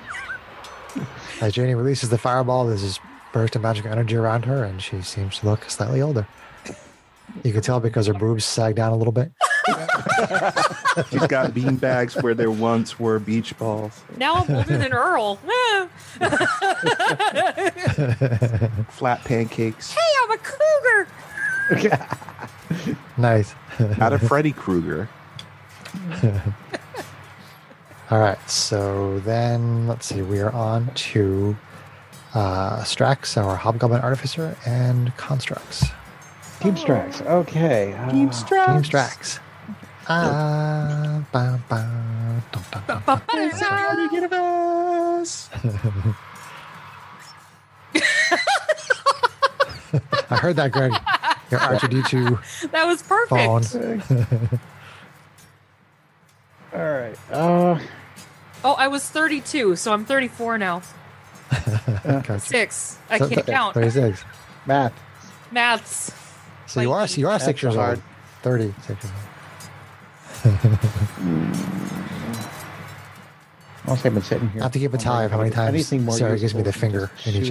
as Janie releases the fireball, there's this burst of magic energy around her, and she seems to look slightly older. You can tell because her boobs sag down a little bit. She's got bean bags where there once were beach balls. Now I'm older than Earl. Ah, Flat pancakes. hey, I'm a cougar. Nice. Not a Freddy Krueger. All right. So then, let's see. We are on to uh, Strax, our Hobgoblin Artificer, and Constructs. Team Strax. Okay. uh, Team Strax. Team Strax. Ah, ba, ba, dun, dun, dun, dun. Out of universe. I heard that, Greg. Your R2D2 That was perfect. phone. All right. Uh, Oh, I was 32, so I'm 34 now. Gotcha. Six. I So- can't count. 36. math. Maths. So you are so you are That's six years hard. old. Thirty six years old. Honestly, I've been sitting here. Not to keep a wondering tally of how many if there's times Oh anything more Sarah gives me useful the than finger just in each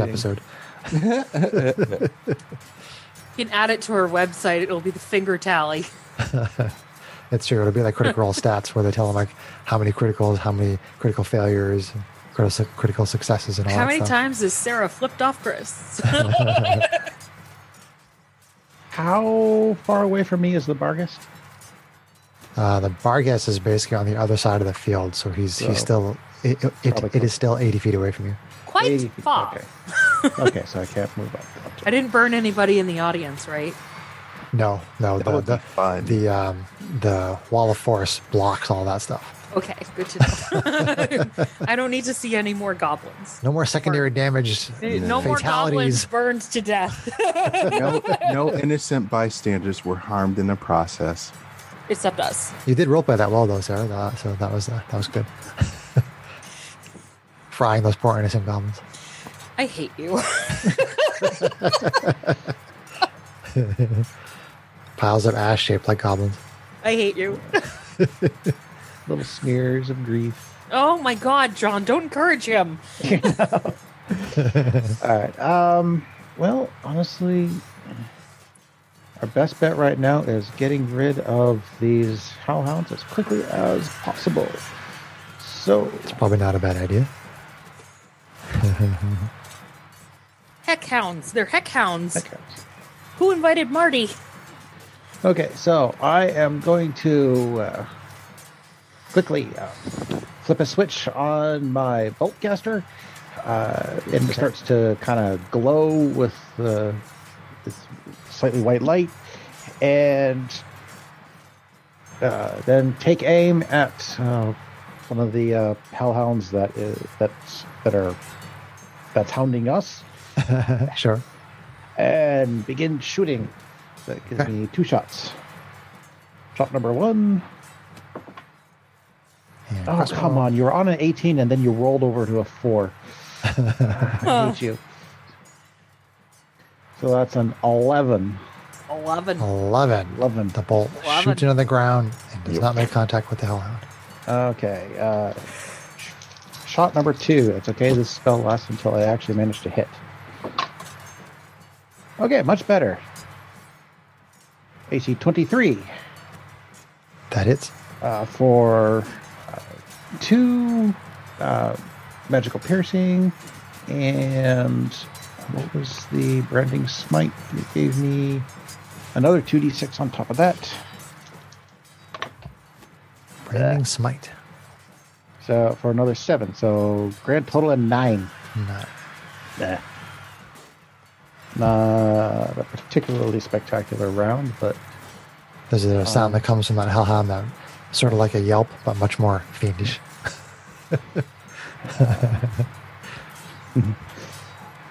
shooting. episode. You can add it to her website. It'll be the finger tally. It's true. It'll be like critical role stats where they tell them like how many criticals, how many critical failures, and critical critical successes, and all How that many stuff. times has Sarah flipped off Chris? How far away from me is the Bargus? Uh, the Bargas is basically on the other side of the field, so he's he's So- still it, it, Probably it, it close. is still eighty feet away from you. Quite Eighty feet. far. Okay. okay, so I can't move up. I didn't burn anybody in the audience, right? No, no, That the would be the, fun. the um the wall of force blocks all that stuff. Okay, good to know. I don't need to see any more goblins. No more secondary damage. No, more goblins fatalities. burned to death. No, no innocent bystanders were harmed in the process. Except us. You did roleplay that well, though, Sarah. That, so that was uh, that was good. Frying those poor innocent goblins. I hate you. Piles of ash shaped like goblins. I hate you. Little smears of grief. Oh my god, John, don't encourage him. All right. Um, well, honestly, our best bet right now is getting rid of these hellhounds as quickly as possible. So, It's probably not a bad idea. Heck hounds. They're heck hounds. okay. Who invited Marty? Okay, so I am going to uh, quickly uh, flip a switch on my boltcaster. Uh, it starts to kind of glow with uh, this slightly white light, and uh, then take aim at uh, one of the uh, hellhounds that is that's that are that's hounding us, Sure. and begin shooting. That gives Okay. me two shots. Shot number one. And Oh, crossbow. come on. You were on an 18 and then you rolled over to a 4. I hate you. So that's an 11. 11. 11. 11. The bolt 11. shoots into the ground and does Yep. not make contact with the hellhound. Okay. Uh, sh- shot number two. It's okay. This spell lasts until I actually manage to hit. Okay, much better. AC 23 That hits. uh, for uh, two uh, magical piercing and what was the branding smite? It gave me another 2d6 on top of that. Branding smite. So for another seven. So grand total of nine. Not Nah. Not a particularly spectacular round, but There's a sound that comes from that hellhound that sort of like a yelp, but much more fiendish.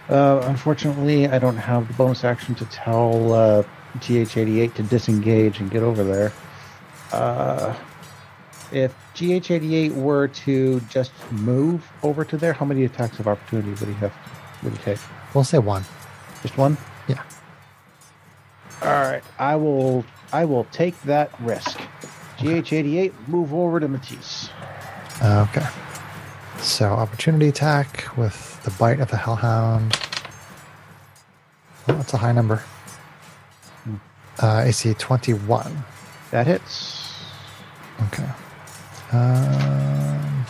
Uh, unfortunately, I don't have the bonus action to tell uh, GH88 to disengage and get over there. Uh, if GH88 were to just move over to there, how many attacks of opportunity would he have? Would he take We'll say one. just one? Yeah. All right, I will. I will take that risk. GH88, move over to Matisse. Okay. So opportunity attack with the bite of the hellhound. Oh, that's a high number. Uh, AC 21. That hits. Okay. Um,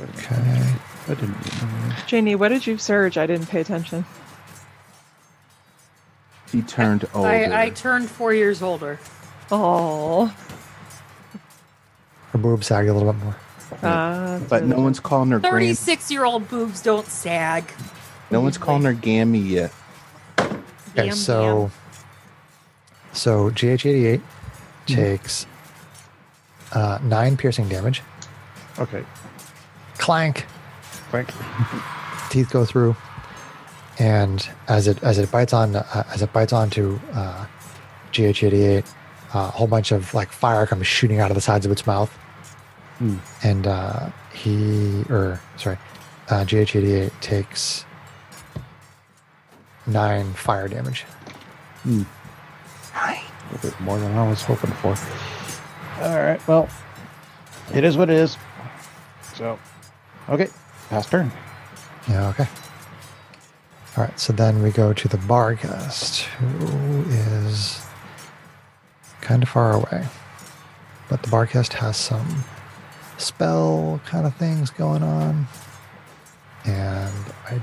okay. That didn't. Janie, what did you surge? I didn't pay attention. He turned older. I, I turned four years older. Oh, Her boob sagged a little bit more. uh, but no one's calling her Grammy. 36 year old boobs don't sag. No one's calling her Gammy yet. Okay, Yum, so yum. so GH88 takes uh, nine piercing damage. Okay. Clank, Quick. teeth go through, and as it as it bites on uh, as it bites onto uh, GH88, uh, a whole bunch of like fire comes shooting out of the sides of its mouth, Hmm. and uh, he or sorry, uh, GH88 takes nine fire damage. A little bit more than I was hoping for. All right. Well, it is what it is. So, okay. Pass turn. Yeah, okay. All right, so then we go to the barghest, who is kind of far away. But the barghest has some spell kind of things going on. And I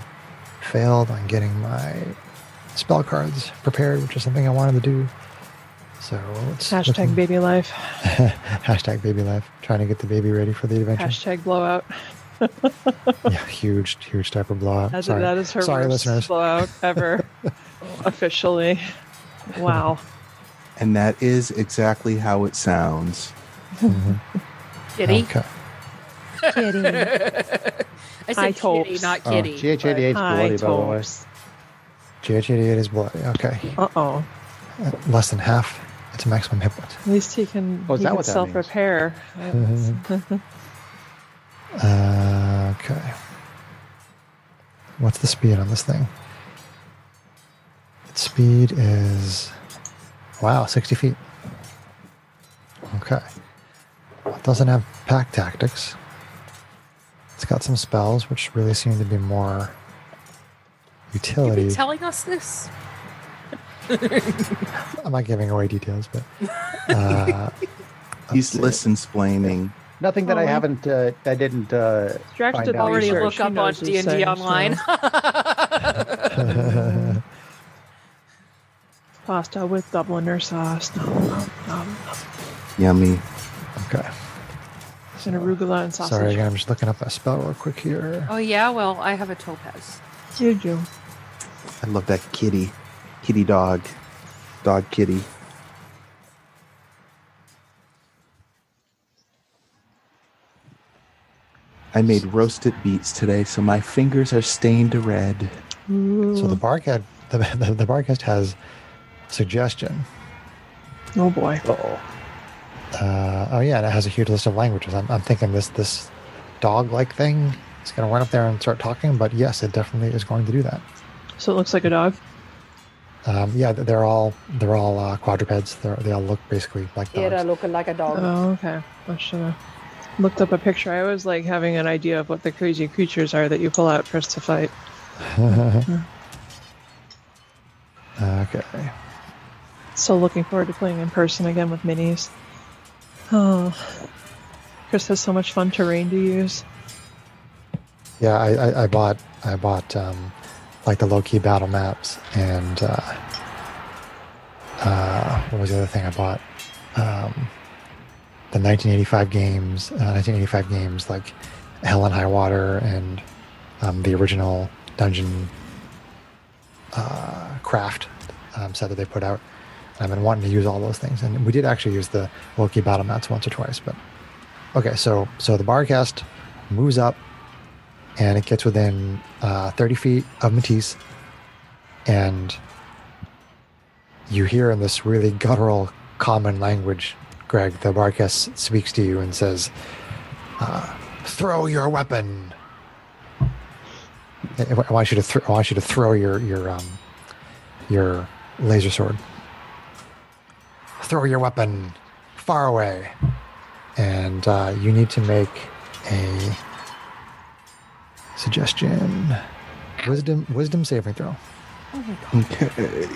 failed on getting my spell cards prepared, which is something I wanted to do. So it's hashtag baby life, hashtag baby life, trying to get the baby ready for the adventure. hashtag blowout. yeah, huge, huge type of blowout. That, Sorry. that is her Sorry, worst listeners. blowout ever, officially. Wow. And that is exactly how it sounds. Kitty. Okay. Hi, I said kitty, Topes. not Oh, kitty. GH88 is bloody, Hi, by the way. Topes. GH88 E is bloody. Okay. Uh oh. Uh, Less than half. It's a maximum hit point. At least he can, Oh, is he that can what that means? self repair. Uh, okay. What's the speed on this thing? Its speed is. Wow, 60 feet. Okay. It doesn't have pack tactics. It's got some spells, which really seem to be more You've utility. been telling us this? I'm not giving away details, but. Uh, He's let's see. listen splaining. Nothing that I Oh. haven't, uh, that didn't, uh, Drax Find did out Already research. look up on D&D online. Pasta with Dubliner sauce. Nom, nom, nom. Yummy. Okay. And arugula and sausage. Sorry again, I'm just looking up that spell real quick here. oh, yeah, well, I have a topaz. You do. I love that kitty. Kitty dog. Dog kitty. I made roasted beets today, so my fingers are stained red. So the barcast, the, the, the barcast has suggestion. Oh boy. oh. Uh, oh yeah, and it has a huge list of languages. I'm, I'm thinking this this dog-like thing is going to run up there and start talking. But yes, it definitely is going to do that. So it looks like a dog. Um, yeah, they're all they're all uh, quadrupeds. They're, they all look basically like dogs. looking like a dog. Oh, okay. I should have looked up a picture. I always like having an idea of what the crazy creatures are that you pull out for us to fight. Uh, Okay. So looking forward to playing in person again with minis. Oh, Chris has so much fun terrain to use. Yeah, I, I, I bought I bought um, like the low key battle maps and uh, uh, what was the other thing I bought? Um, the 1985 games, uh, 1985 games like Hell and High Water and um, the original Dungeon uh, Craft um, set that they put out. I've been wanting to use all those things, and we did actually use the low key battle mats once or twice. But okay, so so the barcast moves up and it gets within uh, 30 feet of Matisse. And you hear in this really guttural common language, Greg, the Barkes speaks to you and says, uh, Throw your weapon. I, I want you to throw. I want you to throw your your um, your laser sword. Throw your weapon far away, and uh, you need to make a suggestion. Wisdom, wisdom saving throw. Okay.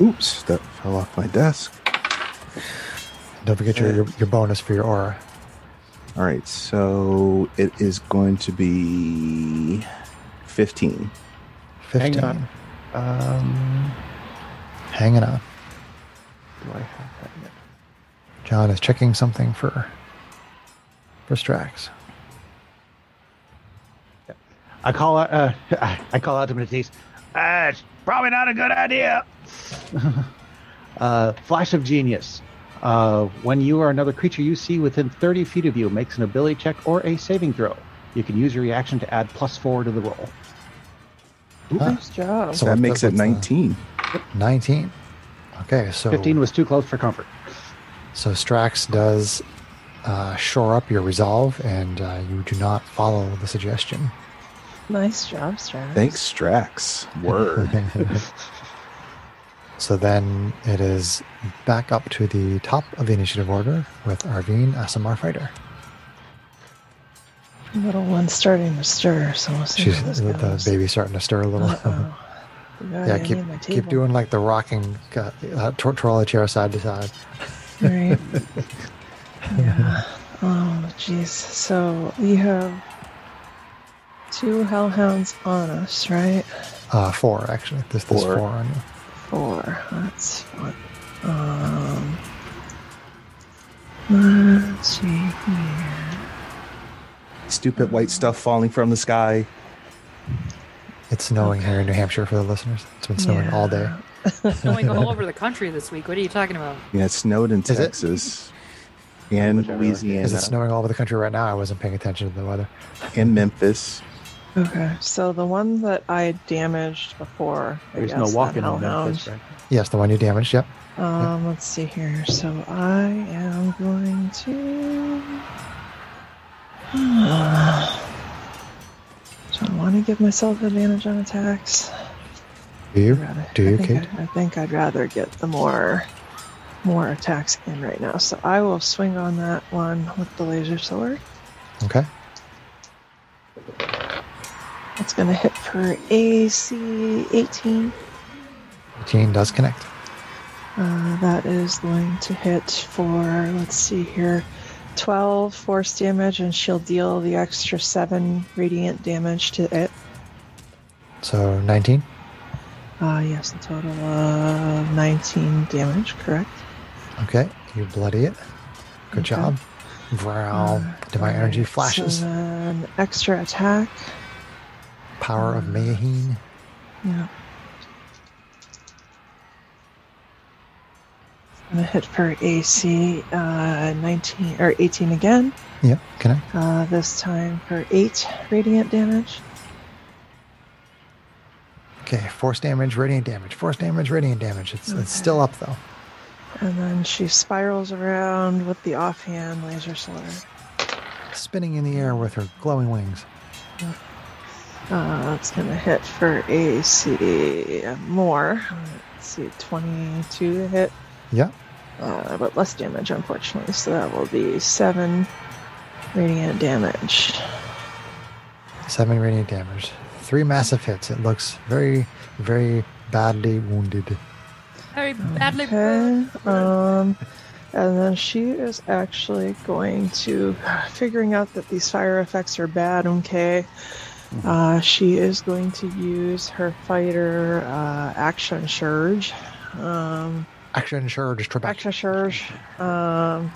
Oops, that fell off my desk. Don't forget your, your, your bonus for your aura. All right, so it is going to be 15. Hang 15. on. Um, Hanging on. do I have that yet? John is checking something for for Strax. I call out. Uh, I call out to Matisse. Uh, it's probably not a good idea. uh, flash of genius. Uh, when you or another creature you see within 30 feet of you makes an ability check or a saving throw, you can use your reaction to add plus four to the roll. Nice job. So that what's makes the- it what's the- 19. 19. Okay, so 15 was too close for comfort. so Strax does uh, shore up your resolve, and uh, you do not follow the suggestion. Nice job, Strax. Thanks, Strax. Word. so then it is back up to the top of the initiative order with Arvine Asamar Fighter. Little one's starting to stir, so we'll see She's how this the, the goes. baby's starting to stir a little. Uh-oh. You got yeah, any keep on my keep table? doing like the rocking, uh, uh, twir- twirl the chair side to side. Right. yeah. Oh, jeez. So we have two hellhounds on us, right? Uh, four actually. This this Four. four on you. Four. That's what. Um. Let's see here. Stupid white stuff falling from the sky. It's snowing here in New Hampshire for the listeners. It's been snowing all day. Yeah. Snowing all over the country this week. What are you talking about? Yeah, it snowed in it? Texas and Whichever. Louisiana Is it snowing all over the country right now? I wasn't paying attention to the weather. and Memphis. Okay. So the one that I damaged before. I There's guess, no that walking in hellhound. Memphis, right? Yes, the one you damaged. Yep. Um, let's see here. So I am going to. uh, Don't want to give myself advantage on attacks. Do I'd you? rather- Do you, I think Kate? I'd- I, think I'd rather get the more, more attacks in right now. So I will swing on that one with the laser sword. Okay. It's going to hit for AC 18. 18 does connect. Uh, that is going to hit for, let's see here, 12 force damage, and she'll deal the extra 7 radiant damage to it. So 19. Uh, yes, a total of 19 damage, correct? Okay. You bloody it. Good Okay. job. Vrow. Divine Alright, energy flashes. So then extra attack. Power of Mayaheen. Yeah. It's Gonna hit for AC uh, 19 or 18 again. Yep. Connect. Uh, this time for 8 radiant damage. Okay. Force damage, radiant damage. Force damage, radiant damage. It's, Okay. it's still up though. And then she spirals around with the offhand laser sword. Spinning in the air with her glowing wings. Uh, it's going to hit for AC more. Let's see, 22 to hit, Yep. uh, but less damage, unfortunately. So that will be 7 radiant damage. Seven radiant damage. Three massive hits. It looks very, very badly wounded. Very badly. Okay. Um, and then she is actually going to, figuring out that these fire effects are bad, okay. Mm-hmm. Uh, she is going to use her fighter uh, action surge. Um, Action Surge Trebek. action surge. Um,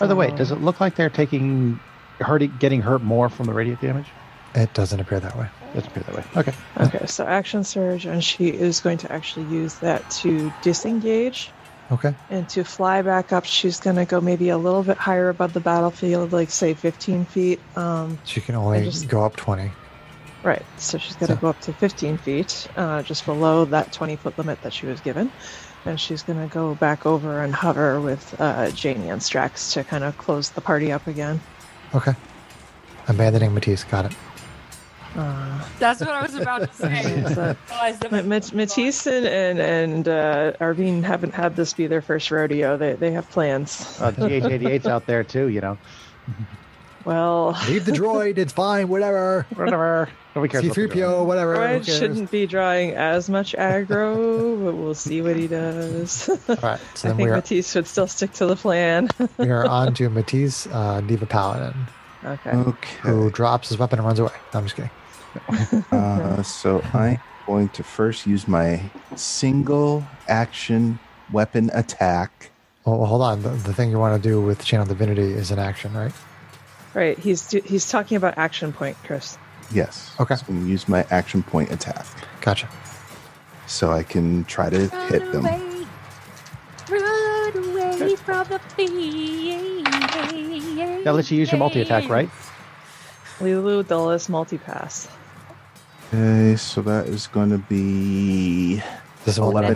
By the way, so- does it look like they're taking hurting, getting hurt more from the radiant damage? It doesn't appear that way. Doesn't appear that way. Okay. Okay, so action surge, and she is going to actually use that to disengage. Okay. And to fly back up, she's going to go maybe a little bit higher above the battlefield, like say 15 feet. Um, She can only I just- go up 20. right, so she's going to So- go up to 15 feet, uh, just below that 20 foot limit that she was given. And she's going to go back over and hover with uh, Janie and Strax to kind of close the party up again. Okay. Abandoning Matisse. Got it. Uh, That's what I was about to say. so- Realized that my- Mat- Mat- Matisse and, and, and uh, Arvine haven't had this be their first rodeo, they, they have plans. Uh, GH88's out there too, you know. Well, Leave the droid. It's fine. Whatever. Whatever. Nobody cares. about the C3PO. Whatever. who Fred cares? shouldn't be drawing as much aggro, but we'll see what he does. All right. So I then we think are, Matisse would still stick to the plan. we are on to Matisse, uh, Diva Paladin, okay. who Okay. drops his weapon and runs away. No, I'm just kidding. Uh, so I'm going to first use my single action weapon attack. Well, well, hold on. The, the thing you want to do with Channel Divinity is an action, right? Right. He's he's talking about action point, Chris. Yes. Okay. So I'm going to use my action point attack Gotcha. so I can try to hit them. away. Run away from the pain. That lets you use your multi attack, right? Lulu Dulles multipass. Okay, so that is going to be This is what 11.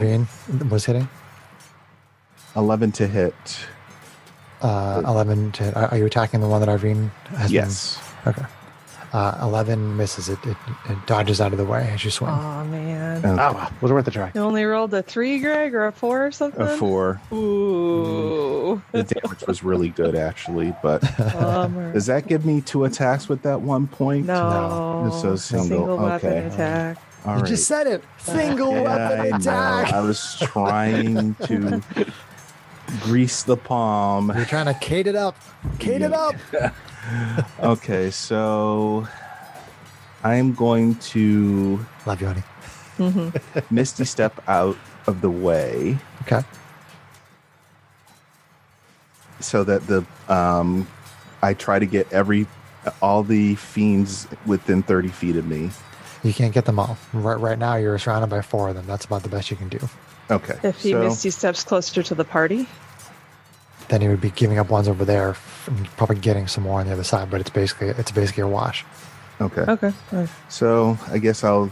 Levine was hitting. 11 to hit. Uh, 11 to, are are you attacking the one that Irene has Yes. been? Okay. Uh, 11 misses. It, it, it dodges out of the way as you swing. Oh man. Okay. Ah, well, was it worth a try? You only rolled a three, Greg, or a four or something? A four. Ooh. The damage was really good, actually. But Bummer. does that give me two attacks with that one point? no. It's a single. weapon Okay. attack. All you right. just said it. Single Yeah, I weapon know. attack. I was trying to grease the palm. You're trying to cate it up. Cate it Yeah. up. Okay, so I'm going to Love you, honey. misty step out of the way Okay. so that the um, I try to get every all the fiends within 30 feet of me. You can't get them all. Right, right now, you're surrounded by four of them. That's about the best you can do. Okay, If he so misty steps closer to the party, Then you would be giving up ones over there, f- and probably getting some more on the other side. But it's basically it's basically a wash. okay, okay. all right. so I guess I'll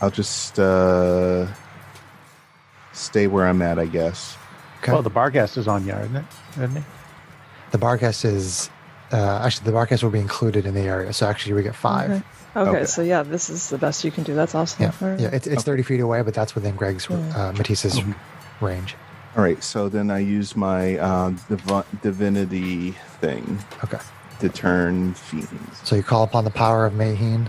I'll just uh, stay where I'm at. I guess. Okay. Well, the barghast is on you, isn't it? Isn't it? the barcast is uh, actually the barcast will be included in the area. So actually, we get five. Okay. Okay, Okay. so yeah, this is the best you can do. That's awesome. Yeah, All right. yeah. It's, it's thirty feet away, but that's within Greg's uh, Matisse's range. All right, so then I use my uh, div- divinity thing Okay. to turn fiends. So you call upon the power of Maheen,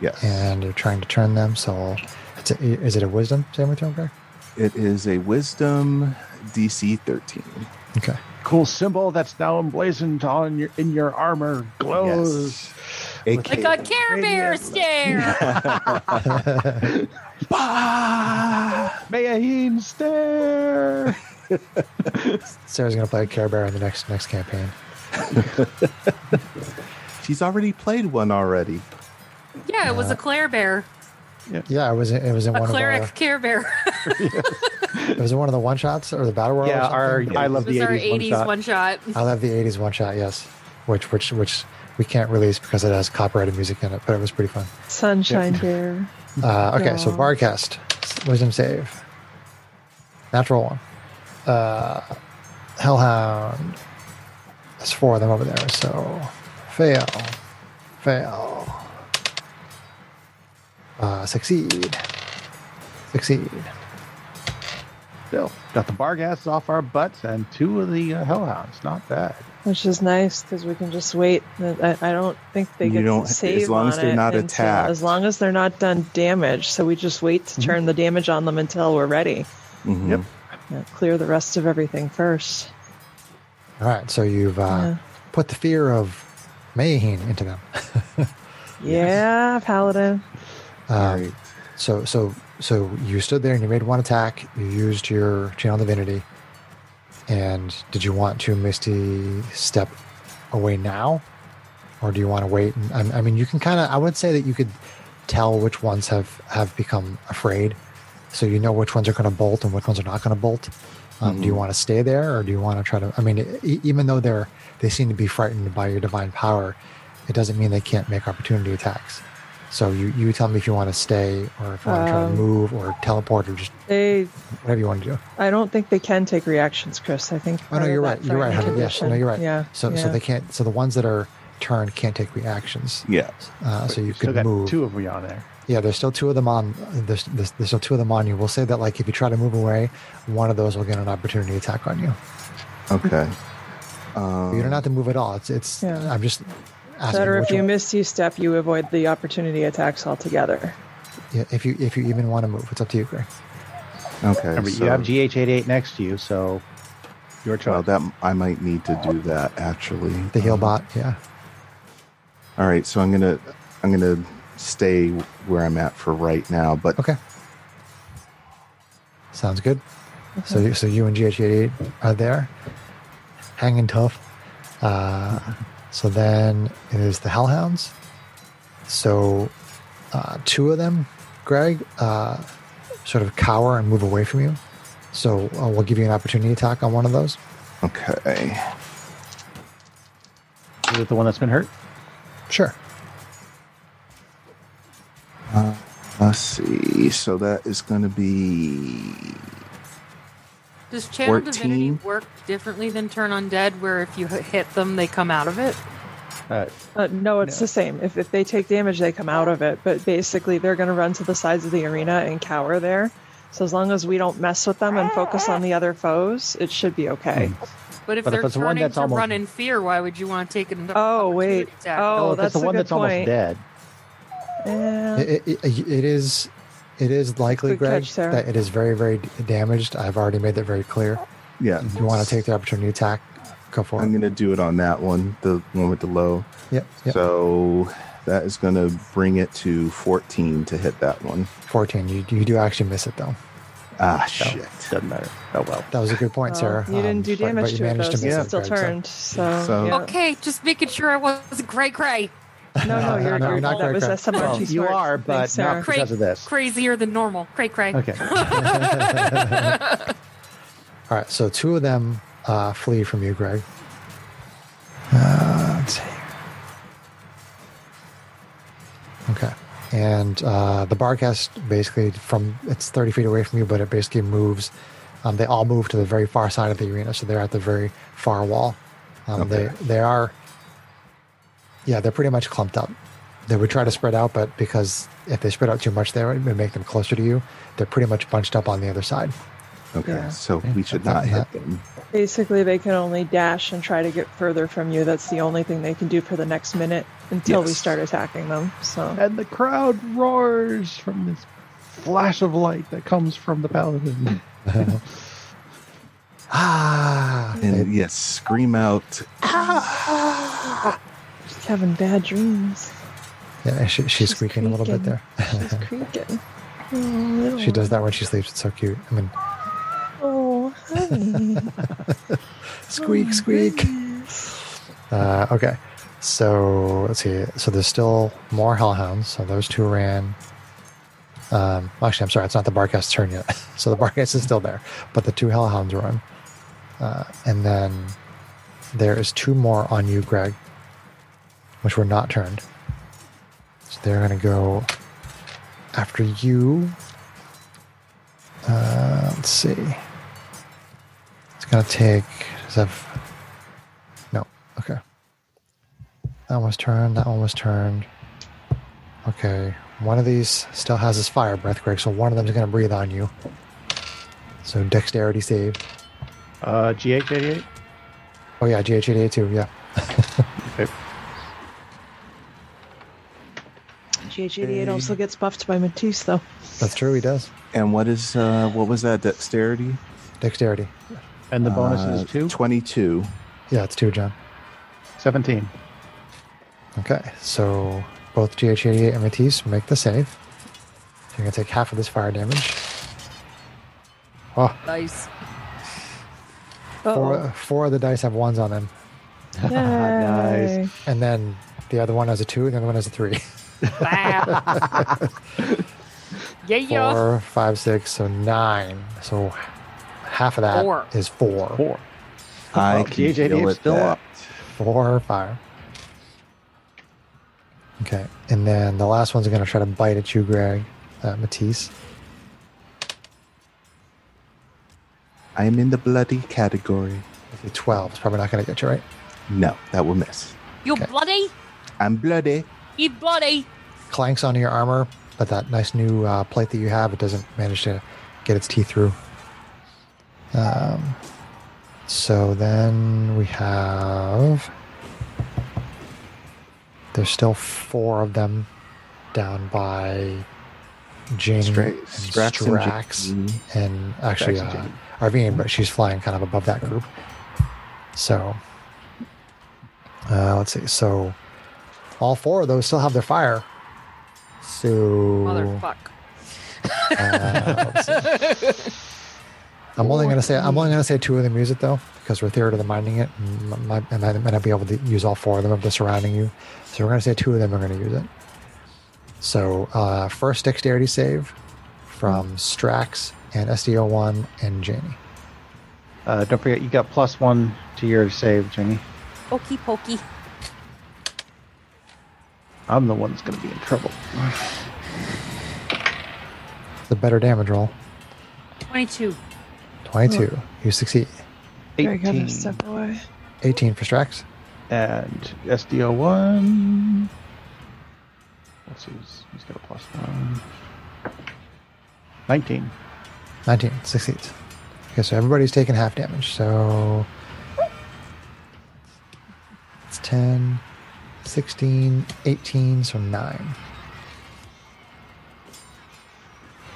Yes. and you're trying to turn them. So we'll, it's a, is it a Wisdom saving throw, Greg? It is a wisdom DC 13. Okay. Cool symbol that's now emblazoned on your in your armor glows. AK. Oh Like a Care Bear stare. Ah. Mayaheen stare. Sarah's gonna play a Care Bear in the next next campaign. She's already played one already. yeah, it was a Claire Bear. Yeah, it was it was in A one cleric of Care Bear. our, it was in one of the one shots or the battle royal. yeah, or our something? I it love the was our 80s, one shot. one shot. I love the '80s one shot. Yes, which which which we can't release because it has copyrighted music in it, but it was pretty fun. Sunshine Bear. Uh, okay, so Aw. barcast, wisdom save, natural one. Uh, Hellhound. There's four of them over there, so fail, fail, uh, succeed, succeed. Still got the barghast off our butts and two of the uh, hellhounds. Not bad. Which is nice because we can just wait. I, I don't think they You get don't- to save as long as on they're it not until- attacked. Mm-hmm. As long as they're not done damage, so we just wait to turn the damage on them until we're ready. Mhm. Yep. Yeah, clear the rest of everything first. All right, so you've uh, Yeah. put the fear of Mayheen into them. Yeah, Paladin. All Um, right. So so so you stood there and you made one attack. You used your channel divinity, and did you want to misty step away now, or do you want to wait? And, I, I mean, you can kind of. I would say that you could tell which ones have have become afraid, so you know which ones are going to bolt and which ones are not going to bolt. Um, Do you want to stay there, or do you want to try to? I mean, e- even though they're they seem to be frightened by your divine power, it doesn't mean they can't make opportunity attacks. So you, you tell me if you want to stay or if you want to try to Um, move or teleport or just They. whatever you want to do. I don't think they can take reactions, Chris. I think. Oh no, part of you're that right. You're right, frightening honey. Yes, no, condition- you're right. Yeah. So yeah. so they can't. So the ones that are turned can't take reactions. Yeah. Uh, so you Still could got move. two of me on there. Yeah, there's still two of them on. There's, there's there's still two of them on you. We'll say that like if you try to move away, one of those will get an opportunity attack on you. Okay. Um, You don't have to move at all. It's it's. Yeah. I'm just asking. Better if which you one- miss two step, you avoid the opportunity attacks altogether. yeah, if you if you even want to move, it's up to you, Greg. Okay. Remember, so- you have GH88 next to you, so your Well, choice. that I might need to do that actually. The heal Um, bot. Yeah. All right, so I'm gonna I'm gonna stay where I'm at for right now, but Okay. Sounds good. So so you and GH88 are there, hanging tough. Uh, so then it is the Hellhounds. So uh, two of them, Greg, uh, sort of cower and move away from you. So uh, we'll give you an opportunity attack on one of those. okay. Is it the one that's been hurt? Sure. Let's see. So that is going to be Does Channel 14? Divinity work differently than Turn Undead, where if you h- hit them, they come out of it? Uh, Uh, no, it's the same. If, if they take damage, they come out of it. But basically, they're going to run to the sides of the arena and cower there. So as long as we don't mess with them and focus on the other foes, it should be okay. But if But if they're it's one turning that's to almost- run in fear, why would you want to take an Oh, wait. opportunity attack? Oh, well, if it's that's the a one good that's point. almost dead. Eh, It, it, it- it is it is likely, Good Greg, catch, Sarah. that it is very very d- damaged. I've already made that very clear. Oh, yeah. If you want to take the opportunity attack, go for it. I'm going to do it on that one, the one with the low. Yep. yep. So that is going to bring it to 14 to hit that one. 14. You, you do actually miss it, though. Ah, No, shit. doesn't matter. Oh well. That was a good point, well, Sarah. you didn't Um, do but- but damage you to it, managed though, miss so it's Yeah. it, still Greg, so- turned. So, So- yeah. Okay, just making sure I wasn't cray cray. No, no, No, you're, no, you're you're not that correct, correct. was SMR Well, too you smart. are, but Thanks, not Sarah. because of this. Crazier than normal. Cray cray. Okay. All right, so two of them uh, flee from you, Greg. Uh, let's see. Okay. And uh, the barcast basically from it's 30 feet away from you, but it basically moves. Um, they all move to the very far side of the arena, so they're at the very far wall. Um, Okay. They they are. Yeah, they're pretty much clumped up. They would try to spread out, but because if they spread out too much, there it would make them closer to you. They're pretty much bunched up on the other side. Okay. Yeah. So we should Yeah. not hit them. Basically, they can only dash and try to get further from you. That's the only thing they can do for the next minute until we Yes. start attacking them. So, And the crowd roars from this flash of light that comes from the paladin. Ah, And yes, scream out. just having bad dreams. Yeah, she, she's, She's squeaking a little bit there. She's creaking. Oh, she does that when she sleeps. It's so cute. I mean, Oh, honey. squeak, squeak. Uh, okay, so let's see. So there's still more hellhounds. So those two ran. Um, actually, I'm sorry. It's not the barcast's turn yet. so the barcast is still there, but the two hellhounds run, uh, and then there is two more on you, Greg, which were not turned. So they're gonna go after you. Uh, let's see. It's gonna take. Does that have, no. Okay. That one was turned. That one was turned. Okay. One of these still has his fire breath, Greg. So one of them's gonna breathe on you. So dexterity save. Uh, GH88. Oh yeah, GH88 too. Yeah. Okay. GH88 also gets buffed by Matisse, though. That's true. He does. And what is uh what was that dexterity? Dexterity. And the bonus Uh, is two. 22. Yeah, it's two, John. 17. Okay, so both GH88 and Matisse make the save. So you're going to take half of this fire damage. Oh, Nice. Uh-oh. four, four of the dice have ones on them. Nice. Yay. And then the other one has a two, and the other one has a three. Wow. yeah, yeah. Four, five, six, so nine. So half of that is Four. four. Four. I Well, can GH88 feel is it still that. up. Four fire. Okay, and then the last one's going to try to bite at you, Greg, uh, Matisse. I'm in the bloody category. A 12 is probably not going to get you, right? No, that will miss. You Okay. bloody. I'm bloody. You bloody. clanks onto your armor, but that nice new uh, plate that you have, it doesn't manage to get its teeth through. Um, So then we have. There's still four of them down by Jane Stra- and Strax and Strax Jane. Mm-hmm. and actually Strax and uh, Jane. Arvine, but she's flying kind of above that group. So uh, let's see. So all four of those still have their fire. So Motherfuck. uh, let's see. I'm only gonna say I'm only gonna say two of them use it though because we're theory to the minding it. and m- my- I might, might not be able to use all four of them of the surrounding you. So we're gonna say two of them are gonna use it. So uh, first dexterity save from Strax and SDO1 and Janie. Uh, don't forget, you got plus one to your save, Jenny. Okey pokey. I'm the one that's going to be in trouble. The better damage roll. 22. 22. You succeed. I gotta 18 step away. 18 for Strax. and SDO one. Let's see, who's, who's got a plus one? Nineteen. 19 succeeds. Okay, so everybody's taking half damage. So it's 10, 16, 18, so 9.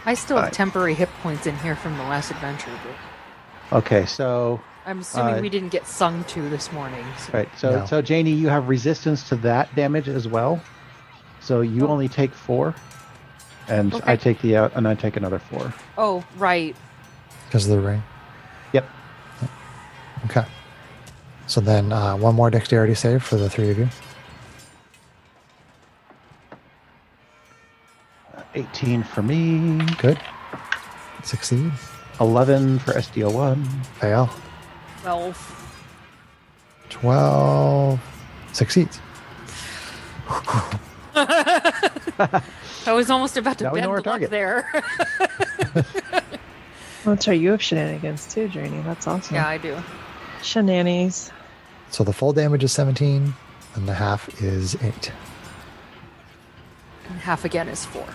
I still have Alright. temporary hit points in here from the last adventure, but Okay, so I'm assuming Uh, we didn't get sung to this morning. so- right, so No. so Janie, you have resistance to that damage as well. So you only take four, and I Okay. take the out, and I take another four. Oh, right. Because of the ring. Yep. Okay. So then uh, one more dexterity save for the three of you. 18 for me, Good. Succeed. 11 for SDO1, Fail. 12. 12. Succeeds. I was almost about to Now we bend know our luck target. Hmm. there. I'll try you have shenanigans too, Janie. That's awesome. yeah, I do. Shenanigans. So the full damage is 17, and the half is 8. And half again is 4.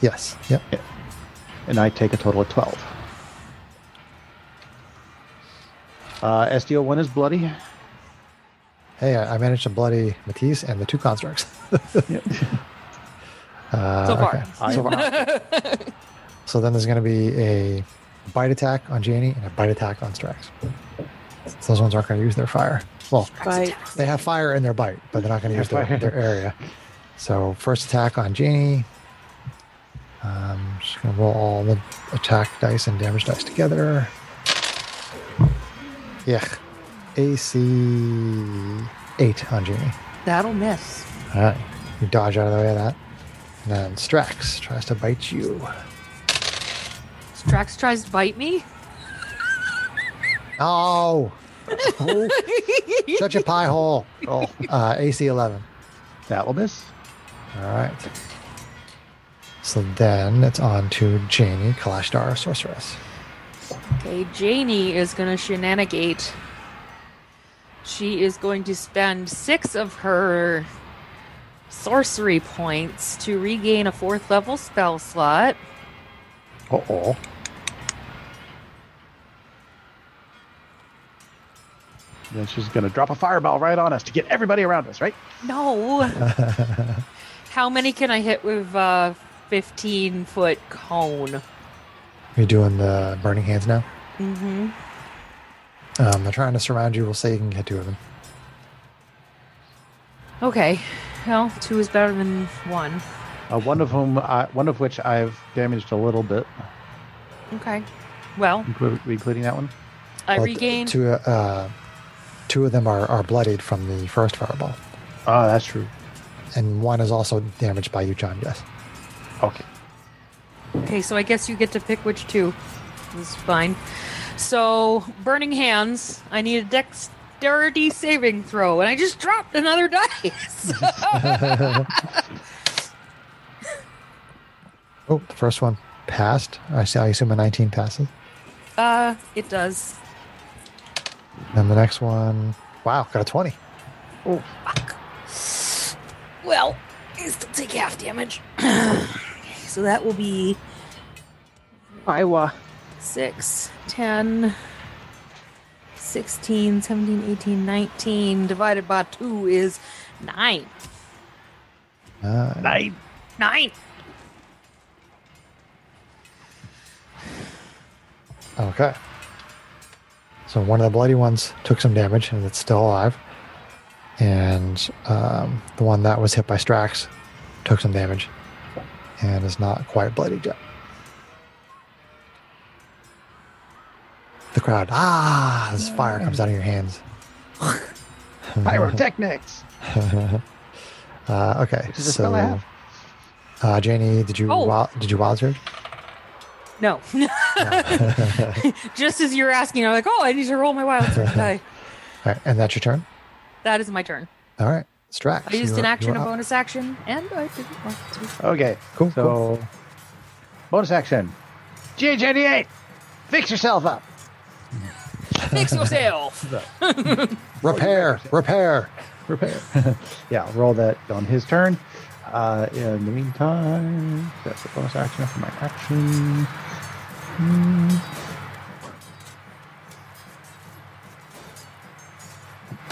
Yes. Yep. and I take a total of 12. Uh, SDO1 is bloody. Hey, I, I managed to bloody Matisse and the two constructs. Yep. Uh, So far. Ah, I So, am not. so then there's going to be a bite attack on Janie and a bite attack on Strax. So those ones aren't going to use their fire. Well, Bite. they have fire in their bite, but they're not going to use their, Fire. their area. So first attack on Janie. Um, just going to roll all the attack dice and damage dice together. Yeah. AC 8 on Janie. That'll miss. All right. You dodge out of the way of that. And then Strax tries to bite you. Strax tries to bite me. Oh! oh. Such a pie hole. Oh, uh, AC 11. That'll miss. All right. So then it's on to Janie, Kalashdar Sorceress. Okay, Janie is going to shenanigate. She is going to spend six of her sorcery points to regain a fourth level spell slot. Uh oh. Then she's going to drop a fireball right on us to get everybody around us, right? No. How many can I hit with a 15 foot cone? You're doing the burning hands now? Mm-hmm. Um, they're trying to surround you. We'll say you can get two of them. Okay. Well, two is better than one. Uh, one of whom, I, one of which I've damaged a little bit, Okay. Well, including, including that one. I Well, th- regain. Two, uh, uh, two of them are, are bloodied from the first fireball. Ah, that's true. And one is also damaged by you, John. Yes. Okay. Okay, so I guess you get to pick which two. This is fine. So, Burning Hands, I need a dexterity saving throw, and I just dropped another dice. Oh, the first one passed. I, see, I assume a 19 passes. uh, it does. And the next one, wow, got a 20. Fuck. Well, I still take half damage. Okay, so that will be Iowa. 6, 10, 16, 17, 18, 19 divided by 2 is 9. Uh, Nine. 9. Okay. So one of the bloody ones took some damage and it's still alive. And um, the one that was hit by Strax took some damage and is not quite bloodied yet. The crowd, ah, this fire comes out of your hands. Pyrotechnics. uh, okay, is a spell I so have. uh, Janie, did you Oh. wild, did you wild surge? No. No. Just as you're asking, I'm like, oh, I need to roll my wild surge die. All right, and that's your turn. That is my turn. All right, Strax. I used you're- an action, you're a up. bonus action, and I didn't want to. Okay. Cool, So, bonus action. GH88, fix yourself up. Fix yourself! Repair, repair, repair. Yeah, I'll roll that on his turn. Uh, in the meantime, that's a bonus action for my action. Hmm.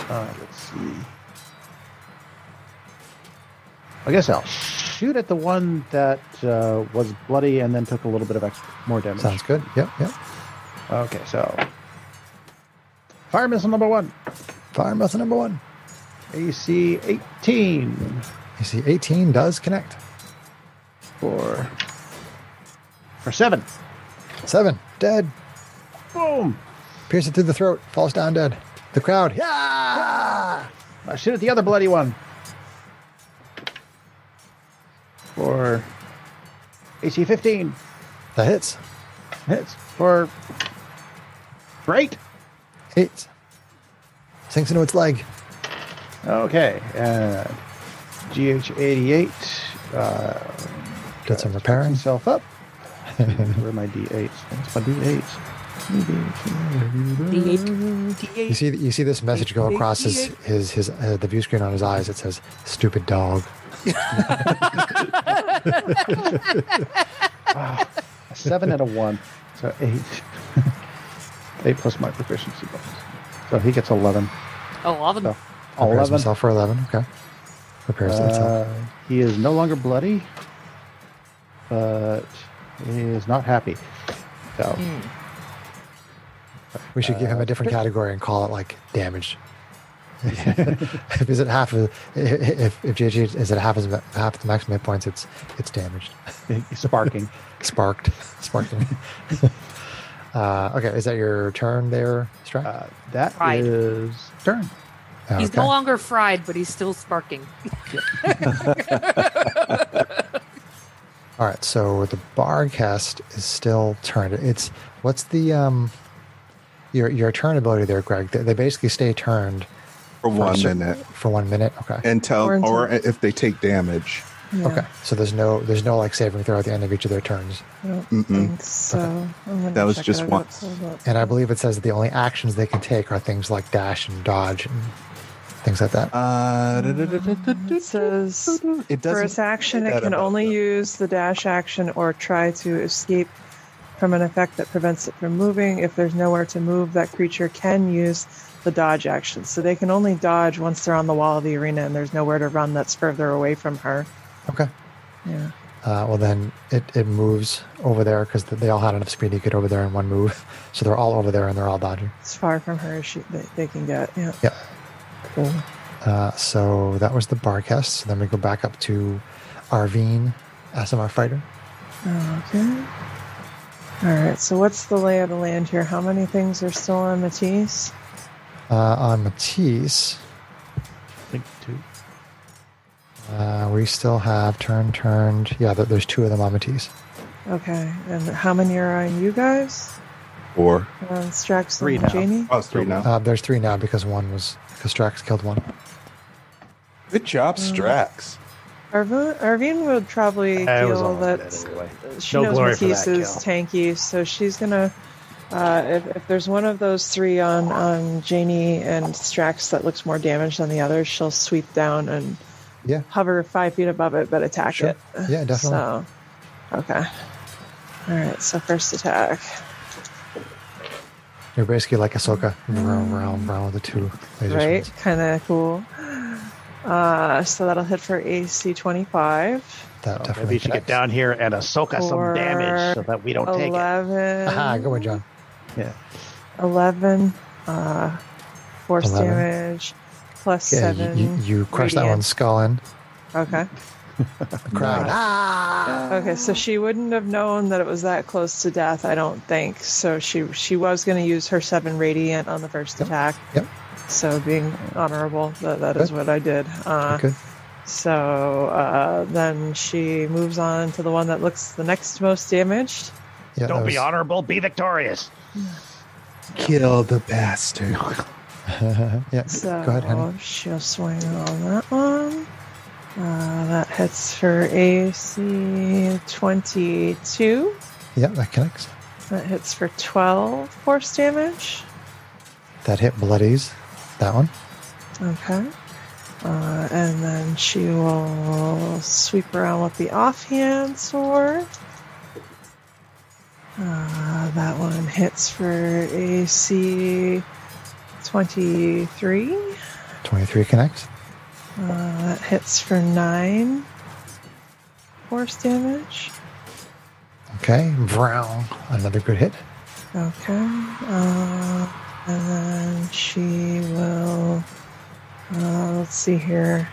Uh, let's see. I guess I'll shoot at the one that uh, was bloody and then took a little bit of extra, more damage. Sounds good. Yep, yep. Okay, so fire missile number one, Fire muscle number one. AC 18. You see, 18 does connect. for for seven. Seven, dead. Boom! Pierce it through the throat. Falls down dead. The crowd, yeah! I shoot at the other bloody one for AC fifteen. That hits. Hits for great. Eight. Sinks into its leg. Okay, Uh, and GH eighty eight. Uh, Did some repairing. himself up. Where are my D8s? That's my D8s. You see, you see this message go across his, his, his uh, the view screen on his eyes. It says, "Stupid dog." A seven and a one, so eight. eight plus my proficiency bonus, so he gets eleven. Oh, love So Repairs eleven. himself for eleven. Okay. Repairs himself. Uh, he is no longer bloody, but he is not happy. So We should give him a uh, different category and call it like damaged. if is it half of if if JG is it half as half the maximum hit points, it's it's damaged, he's sparking. sparked, sparking. uh, okay, is that your turn there, Strike? Uh, that is Right. turn. Uh, He's no longer fried, but he's still sparking. All right, so the bar cast is still turned. It's what's the um your your turn ability there, Greg? They, they basically stay turned For for a one cer- minute. for one minute. Okay. Until, Or until- or if they take damage. Yeah, Okay. So there's no there's no like saving throw at the end of each of their turns. I don't Mm-mm. think so. I'm gonna That was check just it out. once. Hold up. And I believe it says that the only actions they can take are things like dash and dodge and things like that. Uh, da- da- da- da- da- da- It says it for doesn't. its action, say it that can about only them. use the dash action or try to escape from an effect that prevents it from moving. If there's nowhere to move, that creature can use the dodge action. So they can only dodge once they're on the wall of the arena and there's nowhere to run that's further away from her. Okay. Yeah. Uh, well, then it, it moves over there because they all had enough speed to get over there in one move. So they're all over there and they're all dodging. As far from her as she, they, they can get. Yeah. Yeah. Cool. Uh, so that was the barcast. So then we go back up to Arvine, SMR Fighter. Okay. All right. So what's the lay of the land here? How many things are still on Matisse? Uh, on Matisse, I think two. uh, we still have turn, turned. Yeah, there, there's two of them on Matisse. Okay. And how many are on you guys? Or Um, Strax Three and now. Janie. oh, it's three now. Uh, there's three now because one was, because Strax killed one. Good job, Mm. Strax. Arvin, Arvin would probably I was feel almost that dead anyway. she No knows glory for that Matisse is kill. tanky, so she's gonna. Uh, if, if there's one of those three on on Janie and Strax that looks more damaged than the other, she'll sweep down and Yeah. hover five feet above it, but attack Sure. it. Yeah, definitely. So, okay. All right. So first attack. They're basically like Ahsoka, vroom, vroom, vroom with the two laser right? swords. Kind of cool. Uh, so that'll hit for AC 25. That So definitely maybe you should get checks. down here and Ahsoka some Four, damage so that we don't take it. 11. Aha, good one, John. 11. Uh, force 11. damage. Plus Yeah, you, 7. you, you crush that radiant. one's skull in. Okay. The crowd. Ah! Okay, so she wouldn't have known that it was that close to death, I don't think. So she she was going to use her seven radiant on the first Yep. attack. Yep. So being honorable, that, that is Okay. what I did. Uh, Okay. So uh, then she moves on to the one that looks the next most damaged. Yeah, Don't that be honorable, be victorious. Kill the bastard. was- uh-huh. yeah. So oh, Go ahead, Henry. she'll swing on that one. Uh, that hits for AC 22. Yeah, that connects. That hits for 12 force damage. That hit bloodies. That one. Okay. Uh, and then she will sweep around with the offhand sword. Uh, that one hits for AC 23. Uh, 23 connects. that hits for 9 force damage. Okay. Vroom. Another good hit. Okay. Uh, and then she will. Uh, let's see here.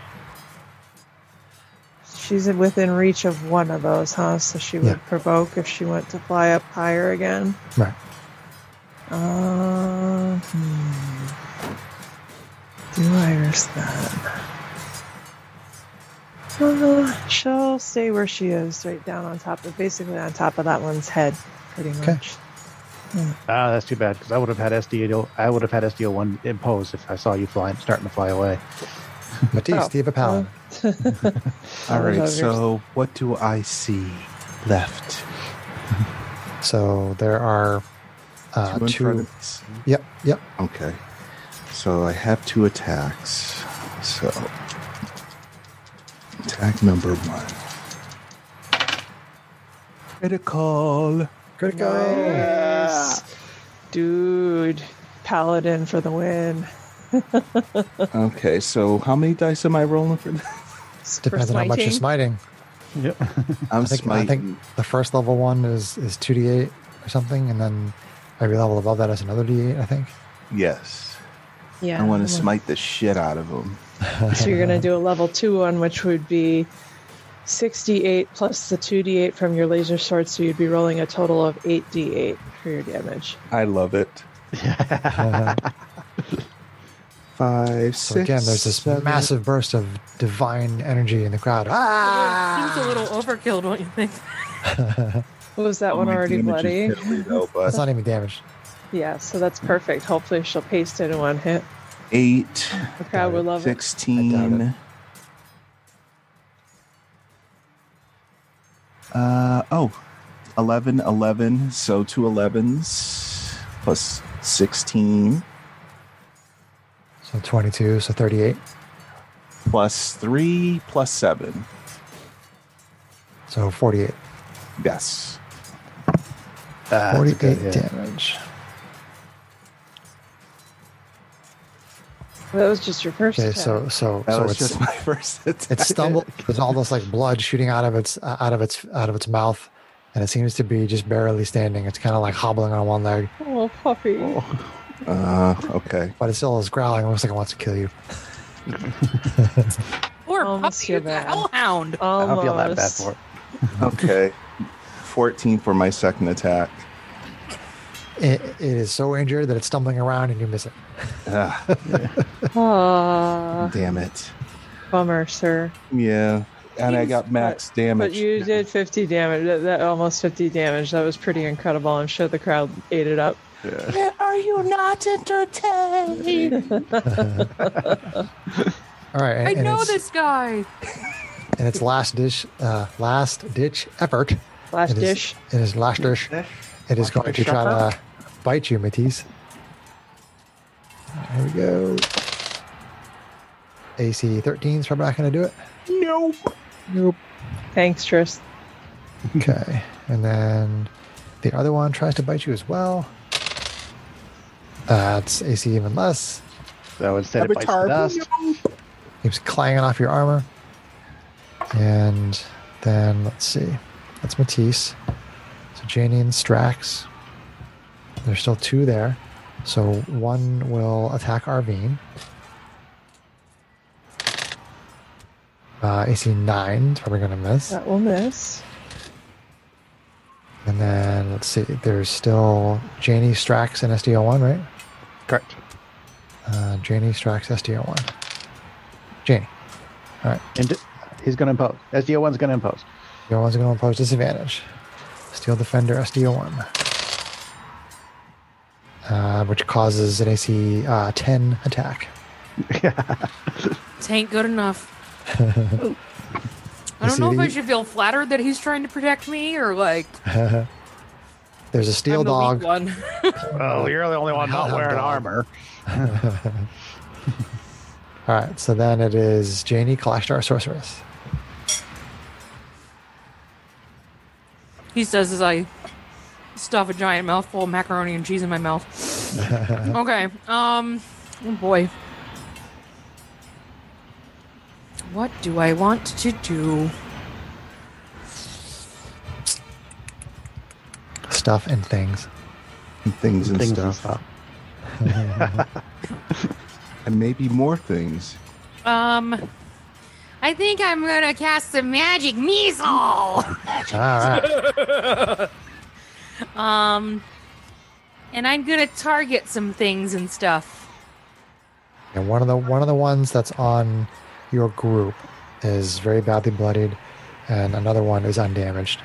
She's within reach of one of those, huh? So she would Yeah. provoke if she went to fly up higher again. Right. Uh, hmm. Do I risk that? Uh, she'll stay where she is, right down on top of, basically on top of that one's head, pretty much. Okay. Ah, that's too bad because I would have had SDO. I would have had SDO one imposed if I saw you flying, starting to fly away. Matisse, Oh, do you have a paladin? All right, Others. so what do I see left? So there are uh, two in front two. of us. Yep. Yep. Okay. So I have two attacks. So attack number one. Critical. Critical. Nice. Dude, paladin for the win. Okay, so how many dice am I rolling for that? Depends on how much you're smiting. Yep. I'm I think, I smiting. think the first level one is is two d eight or something, and then every level above that is another d eight. I think. Yes. Yeah. I want to smite the shit out of him. So you're going to do a level two one, which would be 68 plus the 2d8 from your laser sword. So you'd be rolling a total of 8d8 for your damage. I love it. Uh, Five, so again, there's this massive burst of divine energy in the crowd. Ah! Seems a little overkill, don't you think? Was Oh, that one already bloody? That's not even damaged. Yeah, so that's perfect. Hopefully she'll paste it in one hit. Eight, The crowd would love it. 16. Uh, oh, 11, 11. So two 11s plus 16 So 22, so 38, plus 3 plus 7. so 48. Yes. Ah, that's a 48 good hit. damage. That was just your first Okay, attack. so so That so was it's just my first attack. it stumbled. There's all this like blood shooting out of its uh, out of its out of its mouth, and it seems to be just barely standing. It's kind of like hobbling on one leg, Oh, puppy. Uh, okay. but it still is growling. Looks like it wants to kill you. Poor Oh, that's puppy, too it's a bad. hellhound. Oh, I Almost. don't feel that bad for it. Okay. 14 for my second attack. It, it is so injured that it's stumbling around and you miss it. Ah, Aw, damn it. Ah, bummer, sir. Yeah. And I got max damage. But you did 50 damage. That, that almost 50 damage. That was pretty incredible. I'm sure the crowd ate it up. Are you not entertained? All right, and, I and know it's, this guy. And its last dish, uh, last ditch effort. Last it is- dish. It is last dish. It is going to try to bite you, Matisse. Here we go. AC 13 is probably not going to do it. Nope. Nope. Thanks, Tris. Okay. And then the other one tries to bite you as well. Uh, it's AC even less. So instead, it bites the dust. Keeps clanging off your armor. And then let's see. That's Matisse. So Janie and Strax. There's still two there. So one will attack Arvine. Uh, AC 9 is probably going to miss. That will miss. And then let's see. There's still Janie, Strax, and SDO1, right? Correct. Uh, Janie, Strax, SDO1. Janie. All right. And d- he's going to impose. SDO one's going to impose. Your one's going to impose disadvantage. Steel Defender SDO1. Uh, which causes an AC uh, 10 attack. This ain't good enough. I You don't see know if I the- should feel flattered that he's trying to protect me or like There's a I'm steel the dog. weak one. Oh, you're the only one not wearing armor. All right, so then it is Janie, Kalashtar, Sorceress. he says as I stuff a giant mouthful of macaroni and cheese in my mouth. okay. Um. Oh boy. What do I want to do? Stuff and things. And things and Things and stuff. stuff. And maybe more things. Um. I think I'm gonna cast the magic missile. All right. Um. And I'm gonna target some things and stuff. And one of the one of the ones that's on your group is very badly bloodied, and another one is undamaged.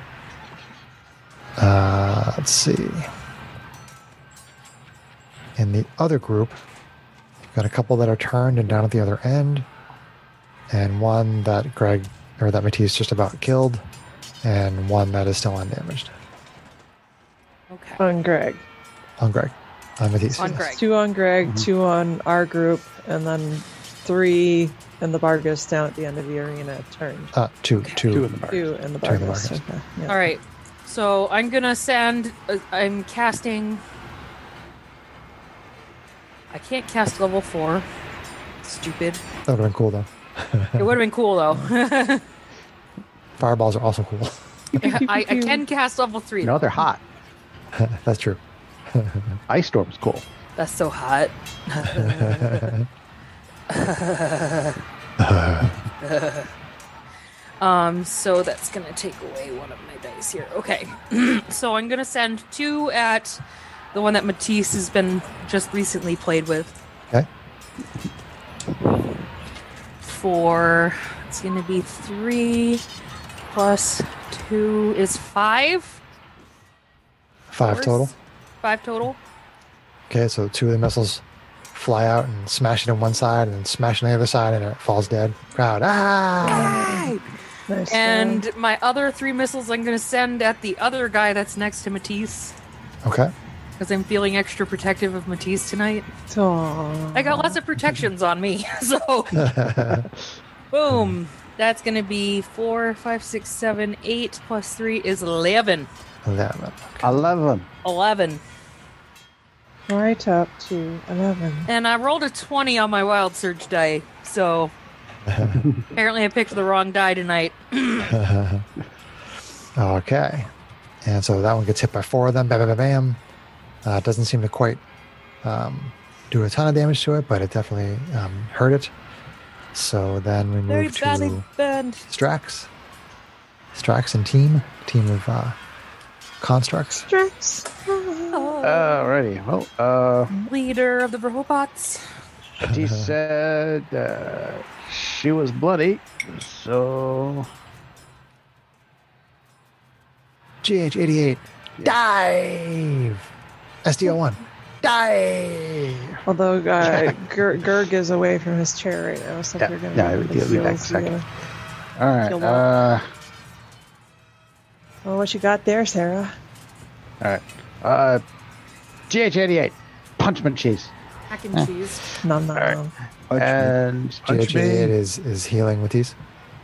Uh, let's see. In the other group, you've got a couple that are turned and down at the other end, and one that Greg or that Matisse just about killed, and one that is still undamaged. Okay. On Greg. On Greg. On Matisse. On yes. Greg. Two on Greg, Mm-hmm. two on our group, and then three in the Bargus down at the end of the arena turned. Uh, two, two. Two in the bar. Two in the Two in the Bargus. Bargus. Okay, yeah. All right. So I'm gonna send. Uh, I'm casting. I can't cast level four. Stupid. That would have been cool, though. It would have been cool though. Fireballs are also cool. I, I can cast level three. No, they're hot. That's true. Ice storm's cool. That's so hot. um, so that's gonna take away one of my dice here. Okay, so I'm gonna send two at the one that Matisse has been just recently played with Okay. for. It's gonna be three plus two is five. Five Force. total. Five total. Okay, so two of the missiles fly out and smash it on one side and then smash it on the other side and it falls dead. Crowd, ah! Nice And my other three missiles I'm going to send at the other guy that's next to Matisse Okay. because I'm feeling extra protective of Matisse tonight. Aw. I got lots of protections on me. So, boom. That's going to be four, five, six, seven, eight plus three is 11. Eleven. I love them. 11. right up to 11. And I rolled a 20 on my wild surge die. So, apparently I picked the wrong die tonight. Okay. And so that one gets hit by four of them. Bam, bam, bam, bam. Uh, doesn't seem to quite um, do a ton of damage to it, but it definitely um, hurt it. So then we Very move badly to burned. Strax. Strax and team. Team of uh, constructs. Drax. Oh, Alrighty. Well, uh, leader of the Robots. she said uh, she was bloody, so GH88. Dive! SDO1. Dive! Although uh, Ger- Gerg is away from his chair right now, so Yeah, we're going yeah, he'll be back in a second. all right. Kill Uh, Well, uh, what you got there, Sarah? all right. Uh, GH88, punchman cheese, Mac and cheese. Nom nom right. nom. Uh, and GH88 is, is healing with these.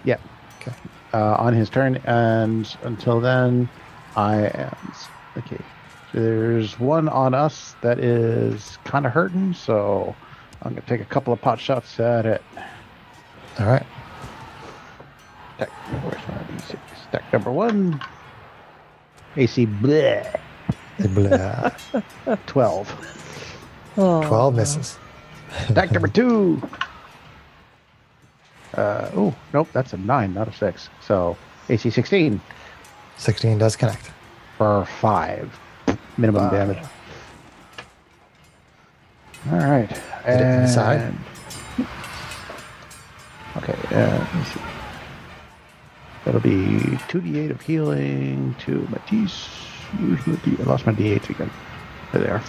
yeah, Okay. uh, on his turn, and until then, I am okay. There's one on us that is kind of hurting, so I'm going to take a couple of pot shots at it. All right. Stack, where's my D6? Stack number one. AC bleh, Blah. 12. Oh, 12 misses. Stack number two. Uh, oh, nope, that's a 9, not a 6. So AC 16 16 does connect. for 5. Minimum damage. All right. it inside? and- Okay, uh, let me see. That'll be 2d8 of healing to Matisse. Where's my D- I lost my d8s again. There they are.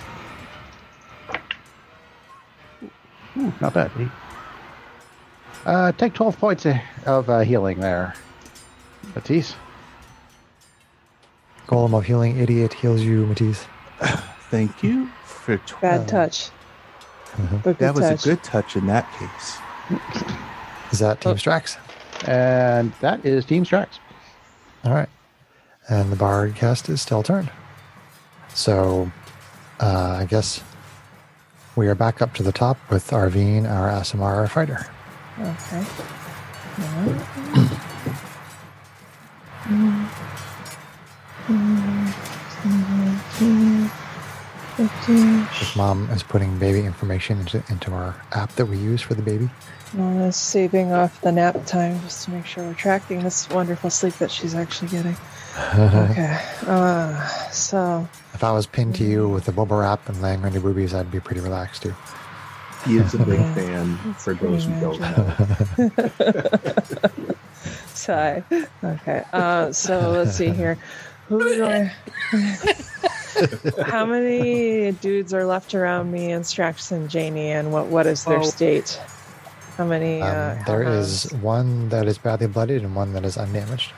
Ooh, not bad. eh? Uh, take 12 points of- of uh, healing there. Matisse? Golem of Healing Idiot heals you, Matisse. Thank you for tw- Bad touch. Mm-hmm. Mhm. But good That was touch. a good touch in that case. Is that Team Oh. Strax? And that is Team Strax. All right. And the bard cast is still turned. So uh, I guess we are back up to the top with Arvine, our Asimara fighter. Okay. If mom is putting baby information into, into our app that we use for the baby. Mom is Uh, saving off the nap time just to make sure we're tracking this wonderful sleep that she's actually getting. Okay. Uh, so, If I was pinned to you with a bubble wrap and laying on your boobies, I'd be pretty relaxed too. He is a big Yeah. fan That's for those who pretty don't magic. know. sigh. Okay. Uh, so let's see here. Who do I... How many dudes are left around me and Strax and Janie, and what what is their Oh. state? How many? uh, Um, there is hellhounds? one that is badly blooded and one that is undamaged.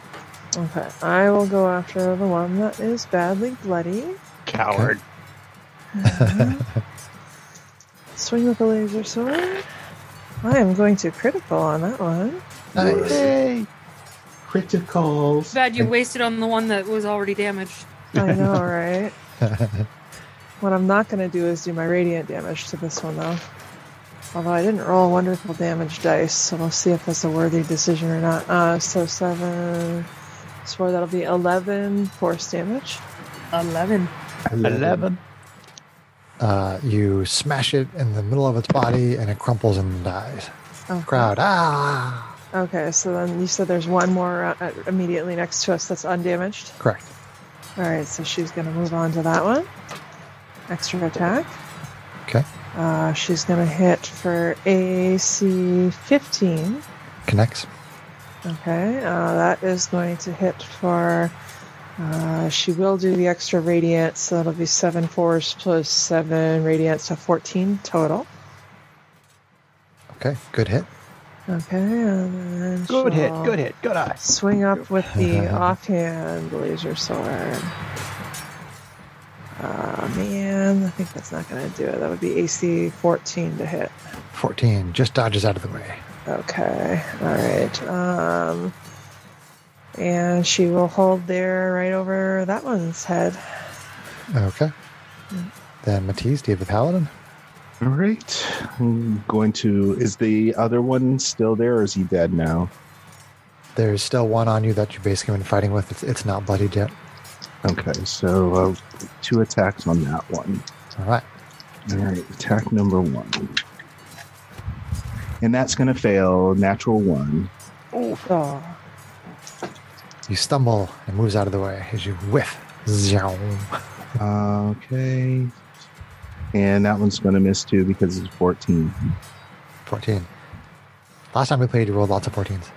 Okay, I will go after the one that is badly bloody. Coward. Swing with a laser sword. I am going to critical on that one. Yay! Critical. Bad you wasted on the one that was already damaged. I know, right? what I'm not going to do is do my radiant damage to this one, though. Although I didn't roll wonderful damage dice, so we'll see if that's a worthy decision or not. Uh, so seven. Swore that'll be 11 force damage. 11. 11. Uh, you smash it in the middle of its body and it crumples and dies. Oh. Crowd, ah! Okay, so then you said there's one more uh, immediately next to us that's undamaged. Correct. All right, so she's going to move on to that one. Extra attack. Okay. Uh, she's going to hit for AC 15. Connects. Okay, uh, that is going to hit for. Uh, she will do the extra radiant, so that'll be seven force plus seven radiant, so 14 total. Okay. Good hit. Okay, and then Good hit, she'll good hit, good eye. Swing up with the offhand laser sword. Ah man, I think that's not going to do it. That would be AC 14 to hit. 14. Just dodges out of the way. Okay. All right. Um, and she will hold there right over that one's head. Okay. Then Matisse, do you have a paladin? All right. I'm going to. Is the other one still there or is he dead now? There's still one on you that you've basically been fighting with. It's, it's not bloodied yet. Okay, so uh, two attacks on that one. All right. All right, attack number one. And that's going to fail. Natural one. Oh, You stumble and moves out of the way as you whiff. Zoom. Uh, Okay. And that one's going to miss too because it's 14. 14. Last time we played, you rolled lots of 14s.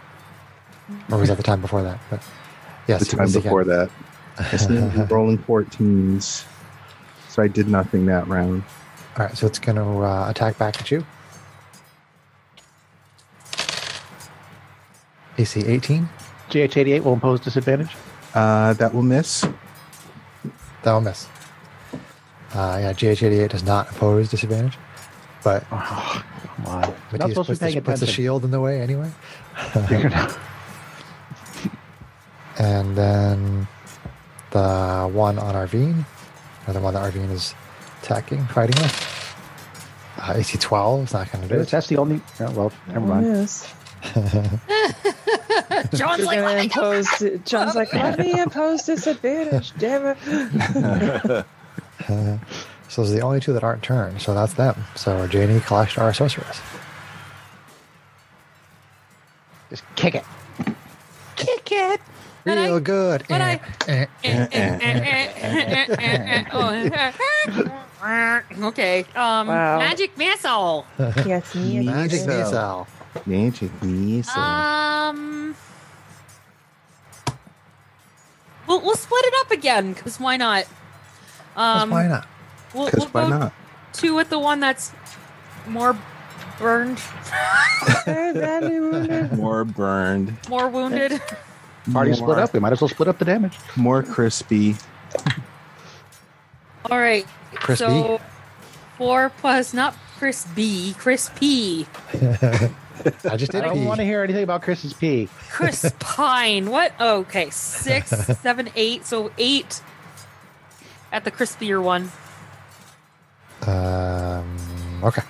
Or was that the time before that? But yes, the it time was before again. that. I still rolling 14s. So I did nothing that round. All right, so it's going to uh, attack back at you. AC 18. GH88 will impose disadvantage. Uh, that will miss. That'll miss. Uh, yeah, GH88 does not oppose disadvantage, but Oh, come on. You're not Matisse supposed puts, to be paying the, puts the attention. shield in the way anyway. You're not- And then the one on Arvine or the one that Arvine is attacking, fighting with. Uh, AC 12 is not going to do it. That's the only. oh, well, never Oh, mind. yes. John's You're like, eh, gonna "What the impose. John's like, let me impose disadvantage. Damn it! So those are the only two that aren't turned. So that's them. So Janie, Kalash, our sorceress. Just kick it. kick it. And I- Real good. but Eh, eh. Eh, eh, eh, eh, eh, eh, eh, oh, eh, eh. okay. Um, Wow. magic missile. yes, me. Magic Missile. missile. Magic missile. Um, we'll we'll split it up again because why not? Um, why not? We'll, Because we'll why go not? two with the one that's more burned, More burned, more wounded. Party More. split up. We might as well split up the damage. more crispy. All right. Crispy. So four plus not crispy, crispy, I just I did don't pee. want to hear anything about Chris's pee. crispine. what? Okay, six, seven, eight. So eight at the crispier one. Um, okay.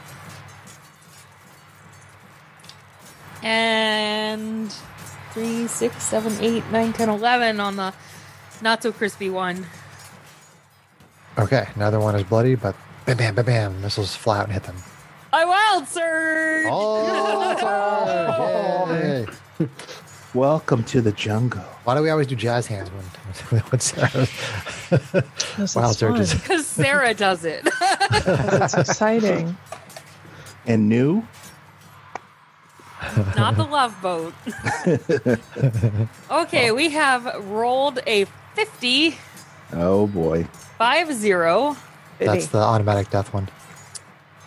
and three, six, seven, eight, nine, ten, eleven on the not so crispy one. Okay. Another one is bloody, but bam, bam, bam, bam. Missiles fly out and hit them. I wild surge. Oh, yay. Welcome to the jungle. Why do we always do jazz hands when, when Sarah Wild surges. Because Sarah does it. That's exciting. And new? not the love boat. okay, we have rolled a 50, Oh boy. 5 0. That's the automatic death one.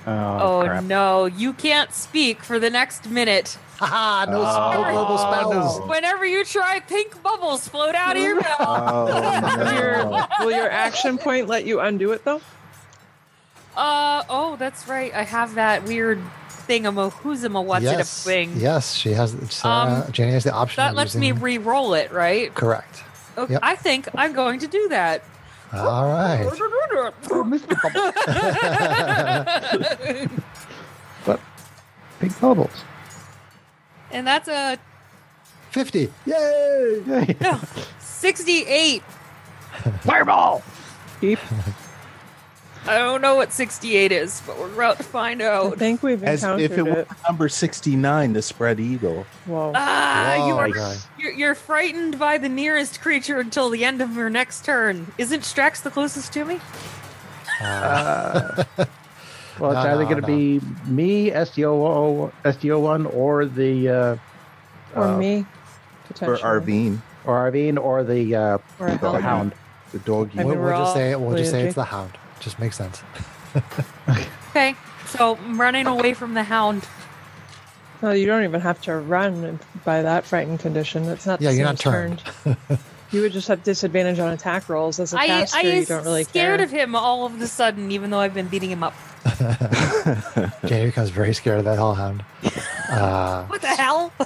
Oh, Oh, crap. no, you can't speak for the next minute. Haha, no, no Oh, global spells. Whenever you try, pink bubbles float out of your mouth. Oh Will your, no. will your action point let you undo it though? Uh, oh, that's right. I have that weird thingamahuzama what's it a yes, thing. yes, she has. Sarah, Um, Jenny has the option. That of lets me using- re-roll it, right? correct. Okay, Yep. I think I'm going to do that. All right. But big bubbles. and that's a 50. Yay! Yay. 68. Fireball. Keep. I don't know what 68 is, but we're about to find I out. think we've As encountered if it it. were number 69, the spread eagle. Whoa. Ah, you Whoa, are, Oh, okay. you're, you're frightened by the nearest creature until the end of your next turn. Isn't Strax the closest to me? Uh, Well, it's No, either no, going to no. be me, SDO, SDO one, or the uh, or uh, me. For potentially. Arvine. or Arvine, or the uh, Or a the hellhound. hound. The doggy. I mean, We'll, we'll we're just all say it. We'll just say allergic. it's the hound. Just makes sense. Okay, so I'm running away from the hound. No, you don't even have to run by that frightened condition. It's not. the Yeah, you're same not as turned. you would just have disadvantage on attack rolls as a I, caster. I you is don't really scared care. of him all of a sudden, even though I've been beating him up. Jenny becomes very scared of that hellhound. Uh, What the hell?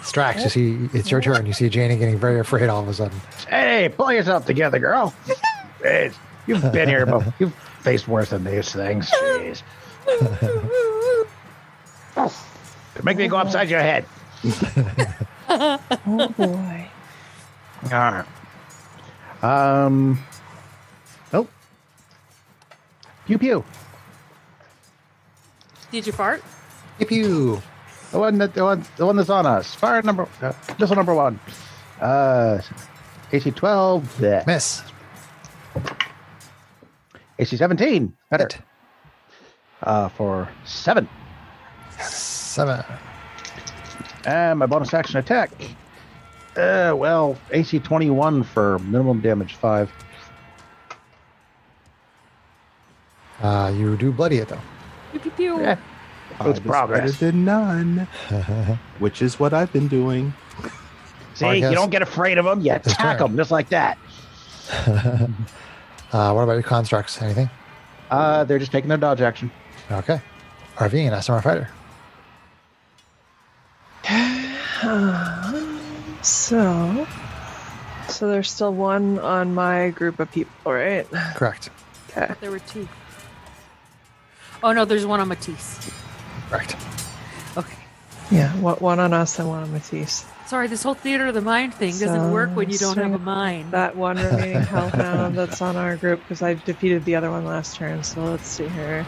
Strax, you see, it's your turn. You see Janie getting very afraid all of a sudden. Hey, pull yourself together, girl. Jeez, you've been here, but you've faced worse than these things. Jeez. Make me go upside your head. Oh boy. Arr. Um. Nope. Pew pew. Did you fart? Pew you. The one that the one the one that's on us. Fire number uh, missile number one. Uh, AC twelve. bleh. Miss. AC seventeen. Better. Hit. Uh, for seven. Seven. And my bonus action attack. Uh, well, AC 21 for minimum damage 5. Uh, you do bloody it, though. Pew, pew, pew. Yeah. It's Five is progress. Better than none. Which is what I've been doing. See, I guess- you don't get afraid of them, you turn. attack them just like that. Uh, what about your constructs? Anything? Uh, they're just taking their dodge action. Okay. Arvine, a summer fighter. So, so there's still one on my group of people, right? Correct. Okay. There were two. Oh no, there's one on Matisse. Correct. Okay. Yeah, one- one on us and one on Matisse. Sorry, this whole theater of the mind thing doesn't So, work when you don't have a so- mind. That one remaining hellhound that's on our group because I defeated the other one last turn. So let's see here.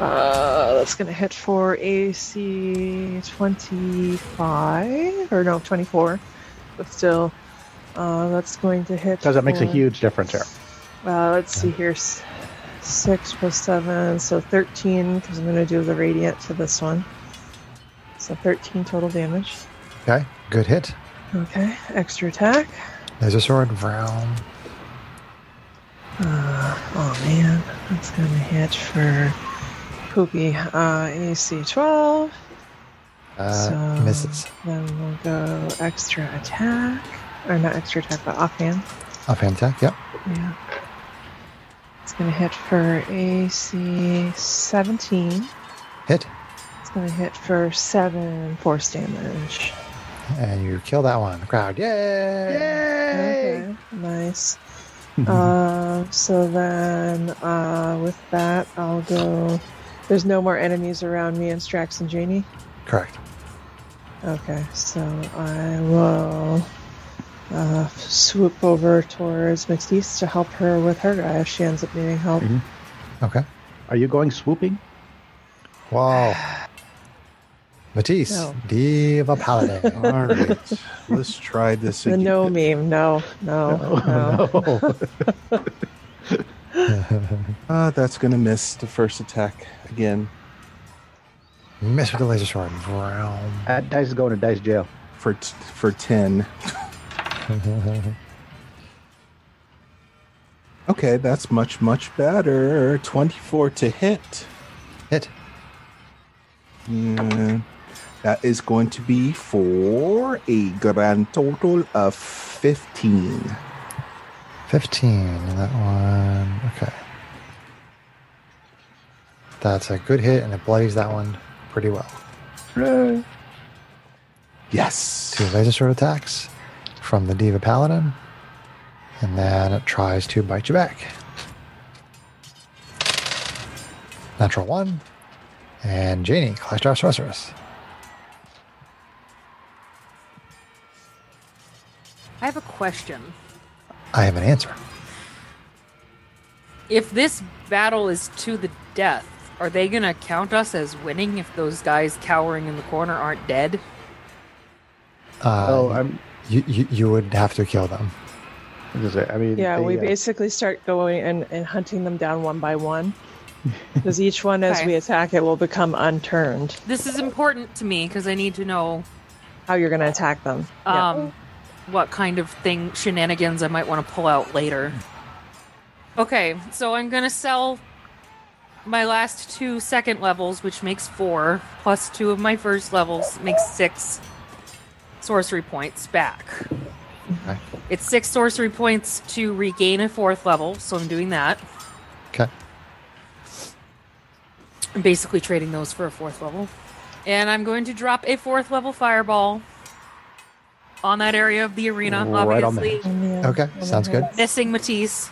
Uh, that's gonna hit for AC 25 or no 24, but still, uh, that's going to hit. Because that makes a for- huge difference here. Uh, let's see here. s- Six plus seven, so 13, because I'm going to do the radiant to this one. So 13 total damage. Okay. Good hit. Okay, extra attack. There's a sword. Vroom. Uh, oh man, that's going to hit for Poopy. Uh, AC 12. Uh, So- Misses. Then we'll go extra attack. Or not extra attack, but offhand. Offhand attack. Yep. Yeah. It's going to hit for AC 17. Hit. It's gonna hit for seven force damage. And you kill that one. Crowd. Yay! Okay, nice. uh, so then, uh, with that, I'll go. There's no more enemies around me and Strax and Janie. Correct. Okay, so I will uh, swoop over towards Matisse to help her with her guy if she ends up needing help. Mhm. Okay. Are you going swooping? Wow. Matisse, No. Diva Paladin. All right, let's try this The again. Uh, no meme, no, no, no. no. Uh, that's gonna miss the first attack again Miss with the laser sword. Vroom. That Uh, dice is going to dice jail. for t- for ten. Okay, that's much much better. Twenty four to hit. Hit. Yeah. That is going to be for a grand total of fifteen. 15. That one. Okay. That's a good hit, and it bloodies that one pretty well. Yes. Two laser sword attacks from the Diva Paladin. And then it tries to bite you back. Natural one. And Janie, Clash Star Sorceress. I have a question. I have an answer. If this battle is to the death, are they gonna count us as winning if those guys cowering in the corner aren't dead? Uh, oh, I'm you, you, you would have to kill them. I'm just saying. I mean, Yeah, they, we uh, basically start going and, and hunting them down one by one. Because each one, as Okay. we attack it, will become unturned. This is important to me because I need to know How you're going to attack them. Yeah. um, what kind of thing shenanigans I might want to pull out later. Okay, so I'm gonna sell my last two second levels, which makes four, plus two of my first levels makes six sorcery points back. Okay. It's six sorcery points to regain a fourth level, so I'm doing that. Okay. I'm basically trading those for a fourth level. And I'm going to drop a fourth level fireball on that area of the arena, Right on the obviously. And yeah. Okay, sounds good. Missing Matisse,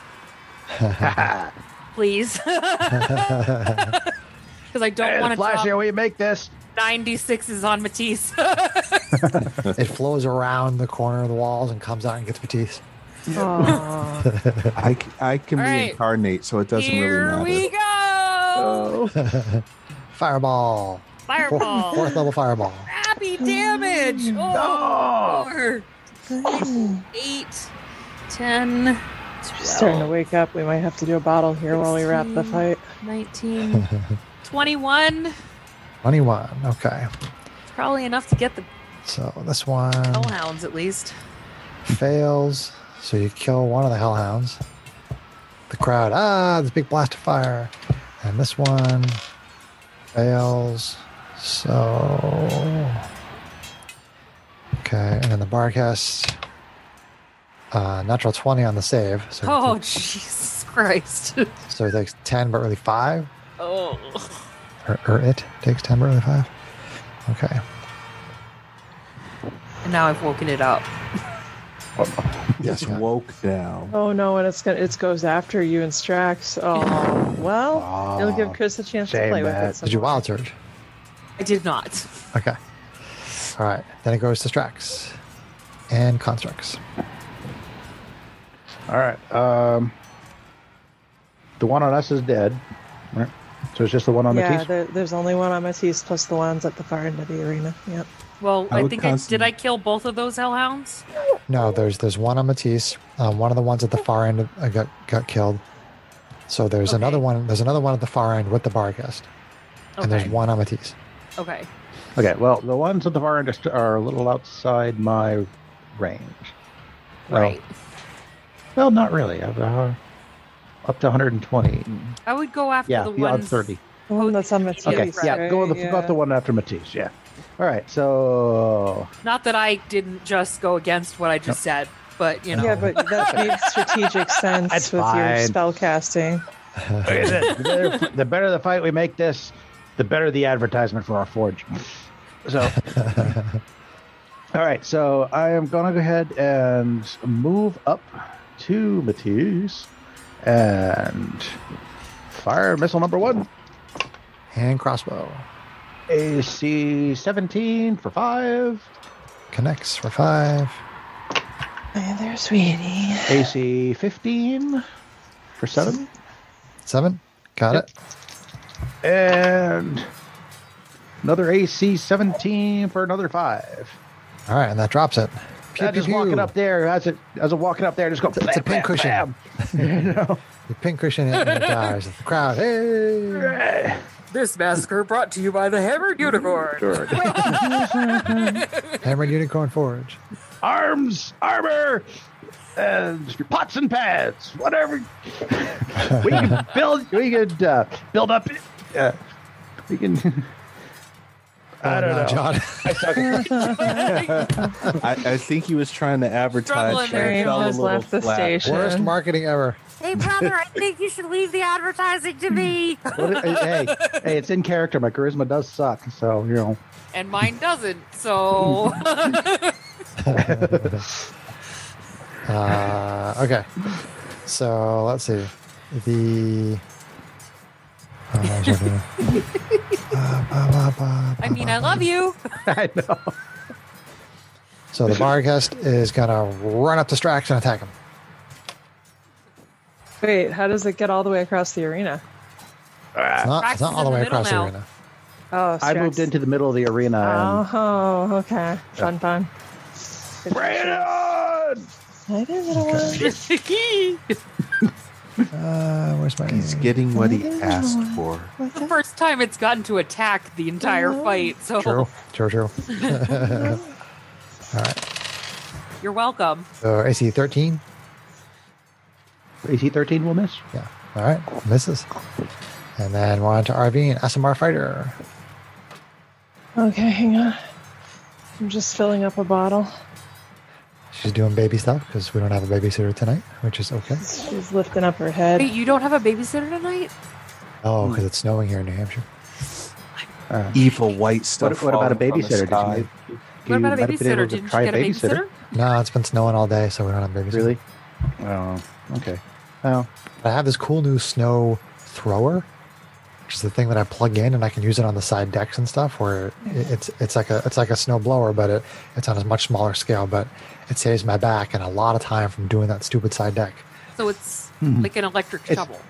please. Because I don't want to Flash, drop how we make this? 96s on Matisse. it flows around the corner of the walls and comes out and gets Matisse. Aw. I, c- I can All right. reincarnate, so it doesn't Here really matter. we go! Fireball. Four- Fireball. Fourth level fireball. Happy damage! Oh, four, eight, ten, She's starting to wake up. We might have to do a bottle here while we wrap the fight. 19, 21. 21. Okay. Probably enough to get the So this one hellhounds at least. fails. So you kill one of the hellhounds. The crowd, ah, this big blast of fire. And this one fails. So. Okay. And then the barcast. Uh, natural 20 on the save. So, Oh, Jesus Christ. so it takes 10, but really 5. oh. Or, or it takes 10, but really 5. Okay. And now I've woken it up. Yes, It's yeah. woke now. Oh no, and it's gonna it goes after you and Strax. Oh well, it'll give Chris a chance to Shame play with that. it. some Did you more. wild surge? I did not. Okay. All right. Then it goes to Strax and constructs. All right. Um, the one on us is dead. Right. So it's just the one on yeah, the teeth. there, there's only one on Matisse plus the ones at the far end of the arena. Yep. Well, I I, would think I, did. constantly- I kill both of those hellhounds. No, there's there's one on Matisse. Um, one of the ones at the far end uh, got got killed. So there's Okay. another one. There's another one at the far end with the bar guest, and there's Okay. one on Matisse. Okay. Okay. Well, the ones at the far end are- are a little outside my range. Well, Right. Well, not really. I've, uh, up to 120. I would go after Yeah, the beyond ones. 30. The one that's on Matisse. Okay, Yes, yeah, right? go with the, yeah. about the one after Matisse, yeah. All right, so Not that I didn't just go against what I just said, but you know. Yeah, but that made strategic sense That's with your fine. spell casting. the, better, the better the fight we make this, the better the advertisement for our forge. So, all right, so I am gonna go ahead and move up to Matisse and fire missile number one, And crossbow AC 17 for five, connects for five. Hey there, sweetie. AC 15 for seven. Seven. Got Yep. it. And another AC 17 for another five. All right, and that drops it. I just walking up there as it as I'm walking up there, just go. It's a pincushion. you know? You pincushion it and it dies. The crowd. Hey. This massacre brought to you by the Hammered Unicorn. Hammered unicorn forge. Arms, armor, and your pots and pans, whatever. we can build. We could uh, build up. Uh, we can. I Oh, don't no, know. John. I, I think he was trying to advertise. Struggling but there. it fell a has little left the flat. station. Worst marketing ever. Hey, brother, I think you should leave the advertising to me. What- hey, hey, it's in character. My charisma does suck, so you know. And mine doesn't, so Uh, okay. So let's see. The. Oh, no, it's over here. Uh, ba, ba, ba, I ba, mean ba, I ba. love you. I know. So the barghest is gonna run up to Strax and attack him. Wait, how does it get all the way across the arena? It's not, Strax it's not is all the in way the middle across now. the arena. Oh, I Strax. moved into um, the middle of the arena. and- Oh, okay. Fun, fun. Bring it on! I didn't know what- the Uh, where's my? He's getting what he asked for. first time it's gotten to attack the entire fight, so True, true, true. all right. you're welcome. So AC 13. Oh. AC 13 will miss. Yeah. All right. Misses. And then we're on to RV and SMR fighter. Okay, hang on. I'm just filling up a bottle. She's doing baby stuff because we don't have a babysitter tonight, which is okay. She's lifting up her head. Wait, you don't have a babysitter tonight? Oh, because it's snowing here in New Hampshire. Uh, Evil white what, stuff. what about a falling from the babysitter? sky. Did you, you What about a might have been able babysitter? to Didn't you try get a babysitter? No, it's been snowing all day, so we don't have a babysitter. Really? Oh, okay. Well, But I have this cool new snow thrower, which is the thing that I plug in and I can use it on the side decks and stuff. Where it- it's it's like a it's like a snow blower, but it, it's on a much smaller scale. But it saves my back and a lot of time from doing that stupid side deck. So it's Mhm. like an electric It's- shovel.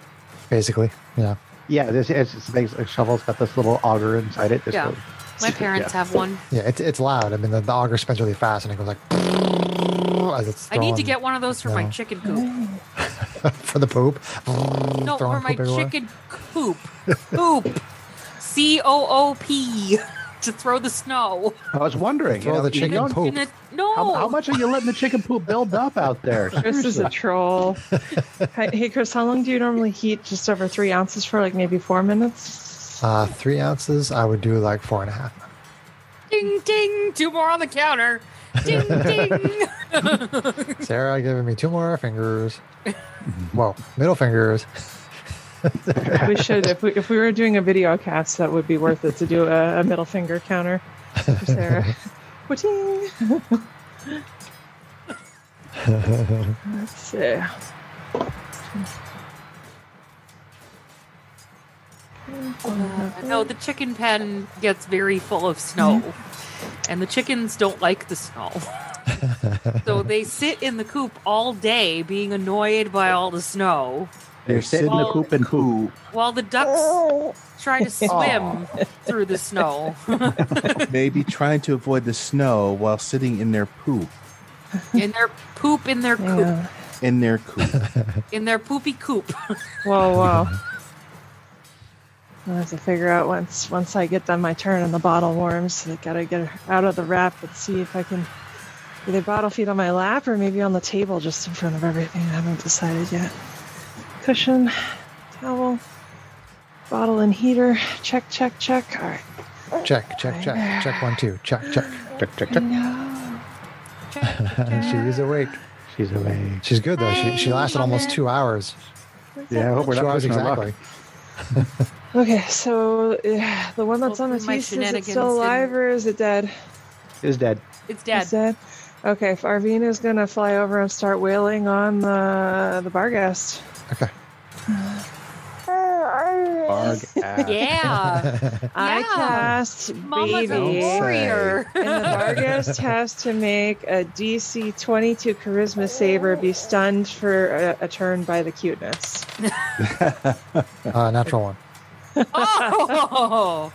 Basically, yeah. yeah, this it's, it's basically a shovel's got this little auger inside it. This Yeah. little- My parents have one. Yeah, it's it's loud. I mean, the, the auger spins really fast, and it goes like. As it's I need to throwing- get one of those for my No. chicken coop. for the poop. No, for Throwing my poop everywhere. chicken coop. Coop. C O O P. To throw the snow. I was wondering. Throw the you chicken don't- poop. In a- no. How, how much are you letting the chicken poop build up out there? Chris is a Seriously. troll. Hi- hey, Chris, how long do you normally heat just over three ounces for? Like maybe four minutes? Uh, three ounces. I would do like four and a half. Ding, ding. Two more on the counter. Ding, ding. Sarah giving me two more fingers. Whoa, middle fingers. we should, if we, if we were doing a video cast, that would be worth it to do a, a middle finger counter for Sarah. Wha-ting. Let's see. No, the chicken pen gets very full of snow, and the chickens don't like the snow. so they sit in the coop all day being annoyed by all the snow They're sitting in the coop and poop. while the ducks try to swim through the snow. Maybe trying to avoid the snow while sitting in their poop. in their poop, in their coop, Yeah. In their coop. in their poopy coop. Whoa, whoa. I have to figure out once once I get done my turn on the bottle worms. I gotta get her out of the wrap and see if I can either bottle feed on my lap or maybe on the table just in front of everything. I haven't decided yet. Cushion, towel, bottle and heater. Check, check, check. All right. Check, check, check, check. One, two. Check, check. Check, check, check. she is awake. She's away. She's good though. She she lasted almost two hours. Yeah, I hope we're two not hours pushing our luck. exactly. Okay, so yeah, the one that's on the Hopefully my piece is it shenanigans still alive didn't- or is it dead? Is dead. It's dead. Is that- Okay, if Arvina's gonna fly over and start wailing on the the barghast. Okay. Barg ass. Yeah. I Yeah. cast Mama's a baby, Don't and warrior. the barghast has to make a DC 22 Charisma saver, be stunned for a, a turn by the cuteness. Uh, natural one. Oh,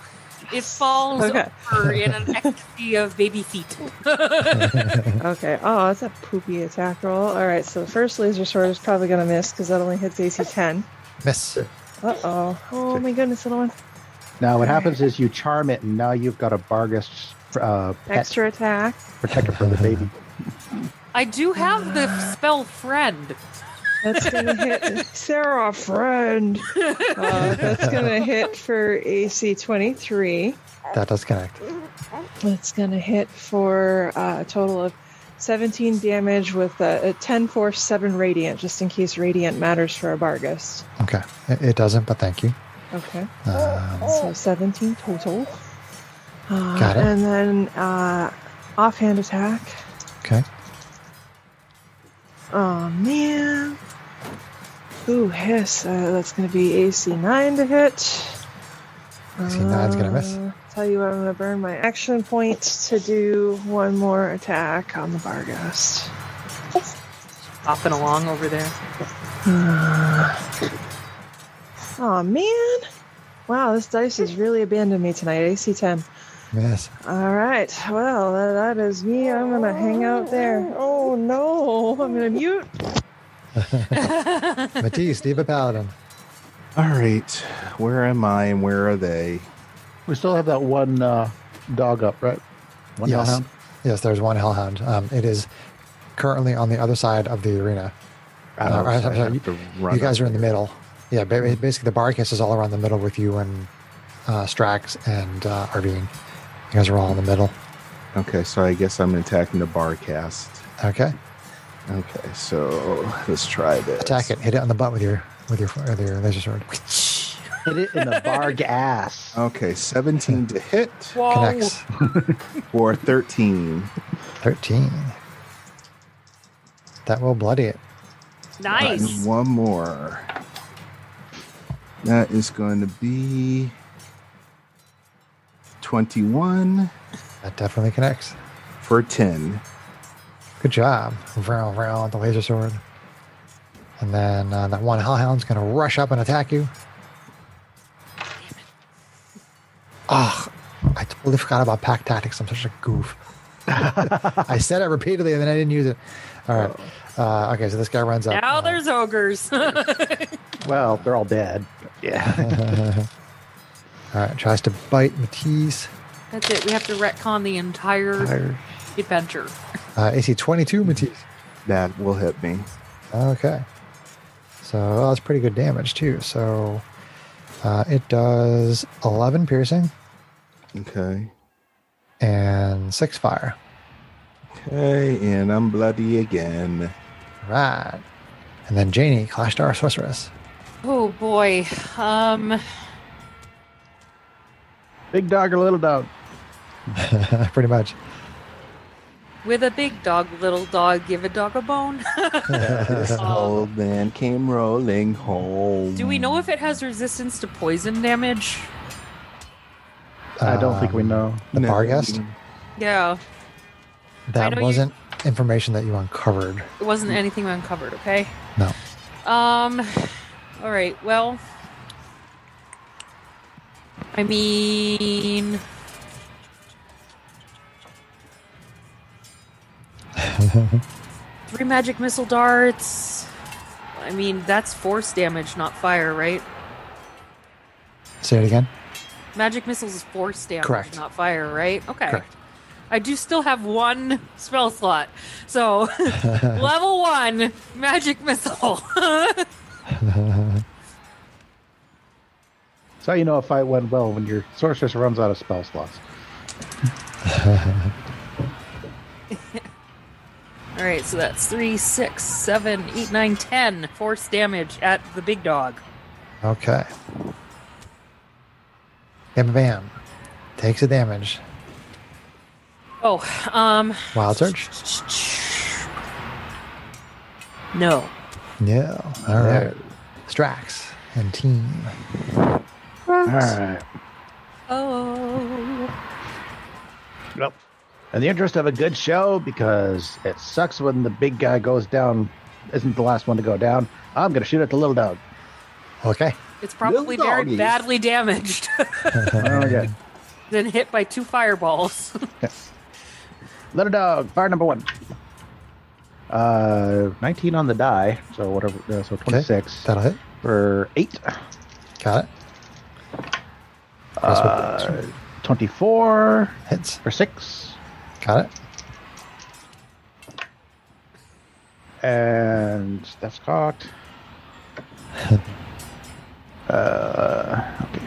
it falls Okay. over in an ecstasy of baby feet. Okay. Oh, that's a poopy attack roll. All right. So the first laser sword is probably gonna miss because that only hits AC 10. Miss. Uh oh. Oh my goodness, little one. Now what happens is you charm it, and now you've got a Bargus uh, pet Extra attack. protector for the baby. I do have the spell friend. That's gonna hit Sarah friend. Uh, that's gonna hit for AC twenty three. That does connect. That's gonna hit for uh, a total of seventeen damage with a, a ten force seven radiant, just in case radiant matters for a Bargus. Okay. It, it doesn't, but thank you. Okay, Um, so seventeen total. Uh, Got it. And then uh, offhand attack. okay. Oh man. Ooh, hiss. Uh, that's going to be AC 9 to hit. AC 9's gonna miss. Uh, Tell you what, I'm going to burn my action point to do one more attack on the Barghast. Hopping along over there. Oh man. Wow, this dice has really abandoned me tonight. AC 10. Miss. All right. Well, tha- that is me. I'm going to hang out there. Oh no. I'm going to mute. Matisse, Diva Paladin. All right. Where am I and where are they? We still have that one uh, dog up, right? One yes. hellhound? Yes, there's one hellhound. Um, it is currently on the other side of the arena. I Uh, don't know. right, sorry, sorry. Oh, have to run you guys up are in the middle. Yeah, ba- basically the barcast is all around the middle with you and uh, Strax and uh, Arvine. You guys are all in the middle. Okay, so I guess I'm attacking the bar cast. Okay, Okay, so let's try this. attack it. Hit it on the butt with your with your with your laser sword. Hit it in the barg ass. Okay, 17 to hit Whoa. Connects. or 13. Thirteen. That will bloody it. Nice. And one more. That is going to be 21 That definitely connects. for 10. Good job. Vrow, vrow with the laser sword. And then uh, that one hellhound's going to rush up and attack you. Ah, I totally forgot about pack tactics. I'm such a goof. I said it repeatedly and then I didn't use it. All right. Uh, okay, so this guy runs up. Now Uh, there's ogres. Well, they're all dead. Yeah. All right, tries to bite Matisse. That's it. We have to retcon the entire Fire. adventure. Uh, AC 22, Matisse. That will hit me. Okay. So well, that's pretty good damage, too. So uh, it does 11 piercing. Okay. and six fire. Okay, and I'm bloody again. Right. And then Janie, Clash Star Sorceress. Oh boy. Um. Big dog or little dog? Pretty much. With a big dog, little dog, give a dog a bone. This old man came rolling home. Do we know if it has resistance to poison damage? I don't think we Um, know. The No. Barghest? Yeah, know That you- wasn't information that you uncovered. it wasn't anything uncovered. Okay. No. Um. All right. Well. I mean, three magic missile darts. I mean, that's force damage, not fire, right? Say it again. Magic missiles is force damage, Correct. not fire, right? Okay. Correct. I do still have one spell slot. So, level one, magic missile. So you know if I went well when your sorceress runs out of spell slots. All right, so that's three, six, seven, eight, nine, ten force damage at the big dog. Okay. Bam, bam. Takes a damage. Oh, um, Wild Surge? no. No. All right. Strax and team. All right. Oh, Well, in the interest of a good show, because it sucks when the big guy goes down, isn't the last one to go down. I'm gonna shoot at the little dog. Okay. it's probably Little very doggies. badly damaged. Oh yeah. then hit by two fireballs. Little dog, fire number one. Uh, 19 on the die, so whatever. Uh, so 26 That'll hit. for eight. Got it. Cross with Uh, 24 the- hits. for six, Got it. and that's cocked. uh, okay.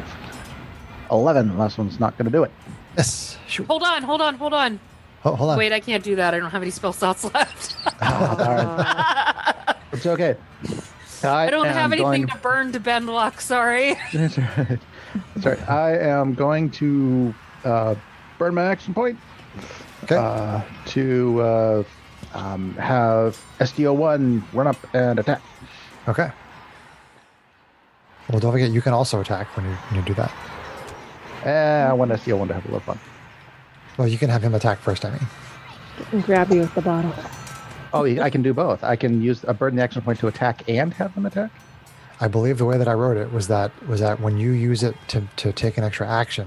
11. Last one's not going to do it. Yes. Shoot. hold on, hold on, hold on. Oh, hold on. Wait, I can't do that. I don't have any spell slots left. It's okay. I, I don't am have anything going- to burn to bend luck. Sorry. That's all right. That's all right. I am going to uh, burn my action point Okay. uh, to uh, um, have SDO1 run up and attack. okay. Well, don't forget you can also attack when you, when you do that. Eh, I want SDO1 to have a little fun. Well, you can have him attack first. I mean, And grab you with the bottle. Oh, I can do both. I can use a burn the action point to attack and have them attack. I believe the way that I wrote it was that was that when you use it to, to take an extra action,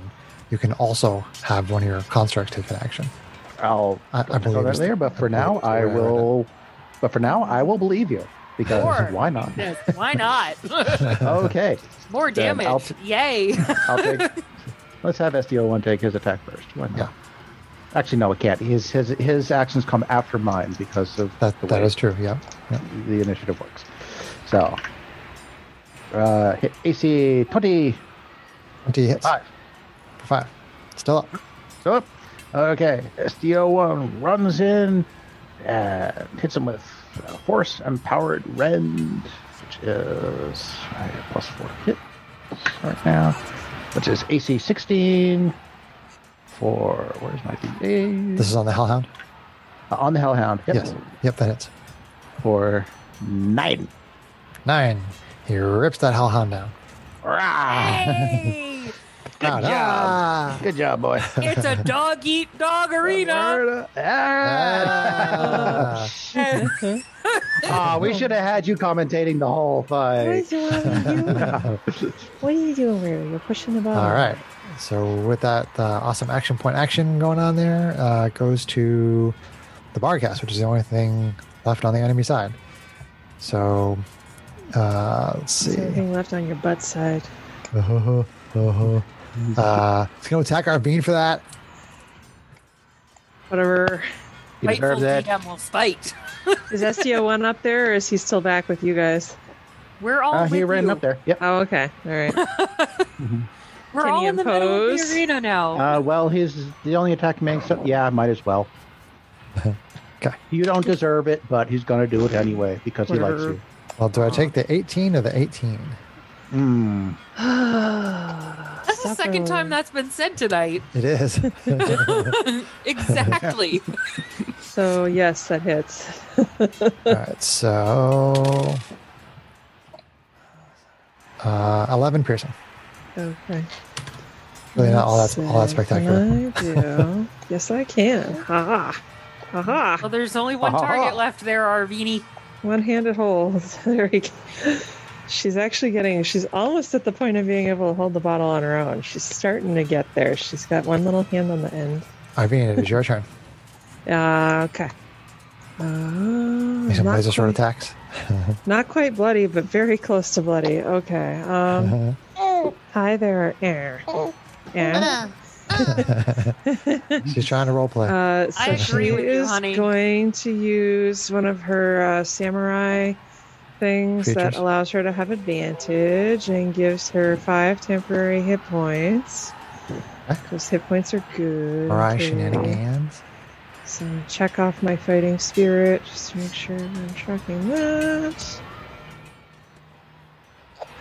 you can also have one of your constructs take an action. I'll I- I believe go it's- that later, but for I believe now it's the I way I read it. will. But for now, I will believe you because Sure. why not? Yes, Why not? okay, More Then I'll damage. Yay. I'll take. let's have SDO1 take his attack first. Why not? Yeah. Actually, no, it can't. His his his actions come after mine because of That the that way is true. Yeah. yeah. the initiative works. So, uh, hit AC twenty Twenty hits. five. Five. Still up. So, okay, SDO one runs in and hits him with uh, force empowered rend, which is I have plus four hit right now, which is AC sixteen. For where's my D8? This is on the Hellhound. Uh, on the Hellhound. Yep. Yes. Yep. That hits. For nine. Nine. He rips that Hellhound down. Rah! Hey! Good job. Good job, boy. It's a dog eat dog arena. Ah, Aw, Ah, we should have had you commentating the whole What fight. is it- what are you doing? What are you doing, Weary? You're pushing the bottle. All right. So with that uh, awesome action point action going on there, uh, goes to the barcast, which is the only thing left on the enemy side. So uh, let's Is there see. anything left on your butt side? Uh-huh, uh-huh. Uh, it's going to attack our bean for that. Whatever. You deserve Fightful that. DM will spite. Is SDO one up there, or is he still back with you guys? We're all Uh, with he ran you. up there. Yep. Oh, okay. All right. We're Can all he in the middle of impose? the arena now. Uh, well, he's the only attack man. So yeah, might as well. Okay. You don't deserve it, but he's gonna do it anyway because he likes you. Well, do I take the 18 or the 18? Mm. That's the second time that's been said tonight. It is. exactly. So yes, that hits. All right, so uh, eleven piercing. Okay. Really, not all that all that Let's see, spectacular. can I do? yes, I can. Ha ha. Ha ha. Well, there's only one Ah. target left there, Arvini. One-handed hold. there we go. She's actually getting. She's almost at the point of being able to hold the bottle on her own. She's starting to get there. She's got one little hand on the end. Irvine, it is your turn. Uh, okay. Uh, Make some not laser sword quite- attacks. Not quite bloody, but very close to bloody. Okay. Um, Uh-huh. hi there, air. Air. She's trying to roleplay. Uh, so I agree she with you, is honey. going to use one of her uh, samurai things that Features. allows her to have advantage and gives her five temporary hit points. Okay. Those hit points are good. All right, Okay. shenanigans. So check off my fighting spirit just to make sure I'm tracking that.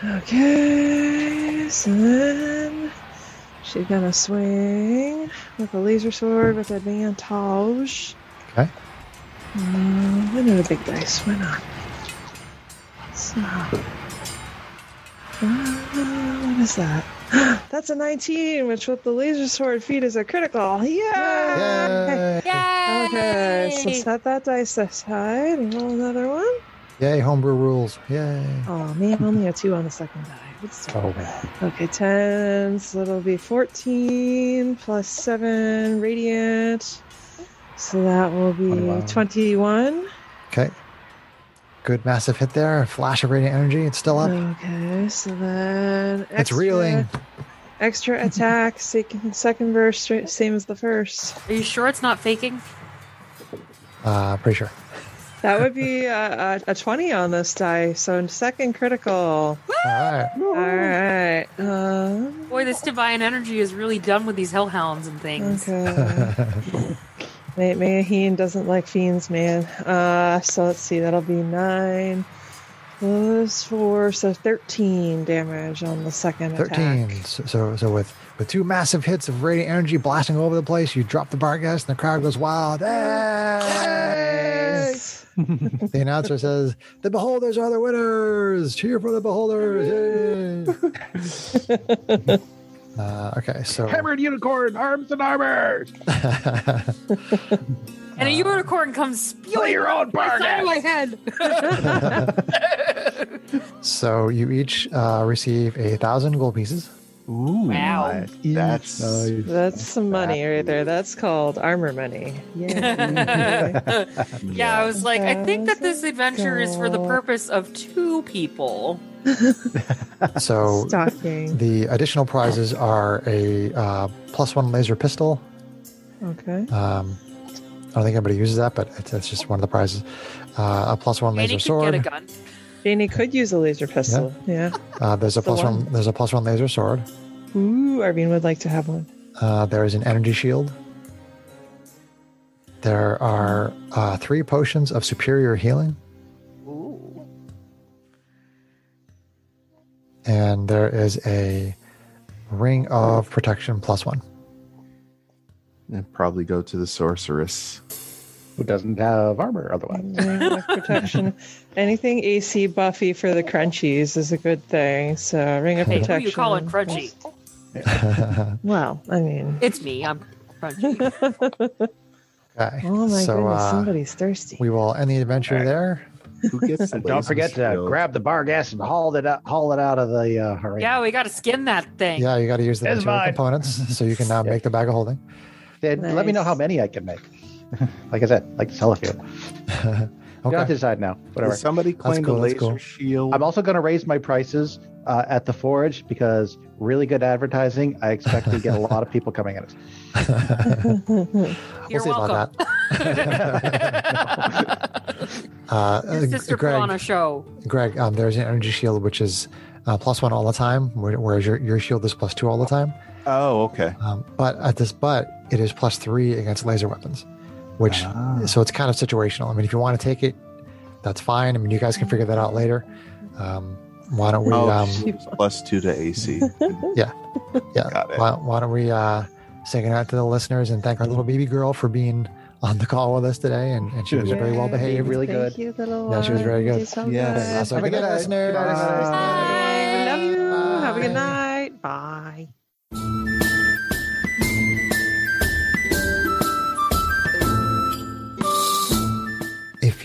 Okay, so then she's gonna swing with a laser sword with advantage. Okay. Um, I need a big dice. Why not? So, uh, what is that? That's a 19, which with the laser sword feat is a critical. Yeah. Yay! Okay, Yay! so set that dice aside and roll another one. Yay! Homebrew rules. Yay! Oh man, only a two on the second die. What's that? Oh, man. Okay, 10, so that'll be 14 plus 7 radiant. So that will be 21. 21. Okay. Good massive hit there. A flash of radiant energy. It's still up. Okay, so then. Extra, it's reeling. Extra attack, second, second verse, stra- same as the first. Are you sure it's not faking? Uh, pretty sure. That would be a, a, a 20 on this die, so second critical. All right. All right. Um, Boy, this divine energy is really done with these hellhounds and things. okay. May Maheen doesn't like fiends, man. Uh, so let's see, that'll be nine plus four, so thirteen damage on the second Thirteen. attack. So, so, so with with two massive hits of radiant energy blasting all over the place, you drop the bar gas, and the crowd goes wild. Yay! Nice. the announcer says, "The beholders are the winners. Cheer for the beholders!" Yay. uh, okay, so Hammered unicorn, arms and armor. And a unicorn comes Play spewing your own out of my bargain. head. so you each uh, receive a thousand gold pieces. Ooh, Wow. my- that's Nice. That's some money right there. That's called armor money. Yeah. Yeah, I was like, I think that this adventure is for the purpose of two people. So Stocking. the additional prizes are a uh, plus one laser pistol. Okay. Um, I don't think anybody uses that, but it's, it's just one of the prizes. Uh, a plus one And laser he could get sword. a gun. Janie could use a laser pistol. Yeah. Uh, there's a The plus one. one. There's a plus one laser sword. Ooh, Arvine would like to have one. Uh, there is an energy shield. There are uh, three potions of superior healing, Ooh. and there is a ring of protection plus one. And probably go to the sorceress. Who doesn't have armor otherwise? Yeah, protection. Anything AC Buffy for the crunchies is a good thing. So ring of Hey, protection. who you calling crunchy? Well, I mean, It's me. I'm crunchy. Okay. oh my so, goodness, uh, somebody's thirsty. we will end the adventure All right. there. Who gets the Don't laser forget to shield? grab the bar gas and haul it out, haul it out of the uh, hurry. yeah, we got to skin that thing. Yeah, you got to use the It's material mine. components, so you can now Yeah. make the bag of holding. Then let me know Nice. how many I can make. like I said, like the cellophane. You don't have to Okay. decide now. Did Whatever. somebody claim cool, the that's laser cool. shield? I'm also going to raise my prices uh, at the forge because really good advertising. I expect to get a lot of people coming at us. we'll You're see welcome. about that. uh, Your sister put Greg, on a show. Greg, um, there's an energy shield which is uh, plus one all the time, where- whereas your, your shield is plus two all the time. oh, okay. Um, but at this, but it is plus three against laser weapons, which Ah. so it's kind of situational. I mean, if you want to take it, that's fine. I mean, you guys can figure that out later. Um, Why don't we? Oh, um, she was plus two to AC. yeah. Got it. Why, why don't we uh, say goodnight to the listeners and thank our little baby girl for being on the call with us today, and, and she was very well Hey, behaved. really good. Thank you, little Yeah, she was very one. You good. did so Yes. good. Uh, so Have a good good night, night. listeners. Good night. Bye. We love you. Have a Bye. good night. Bye. If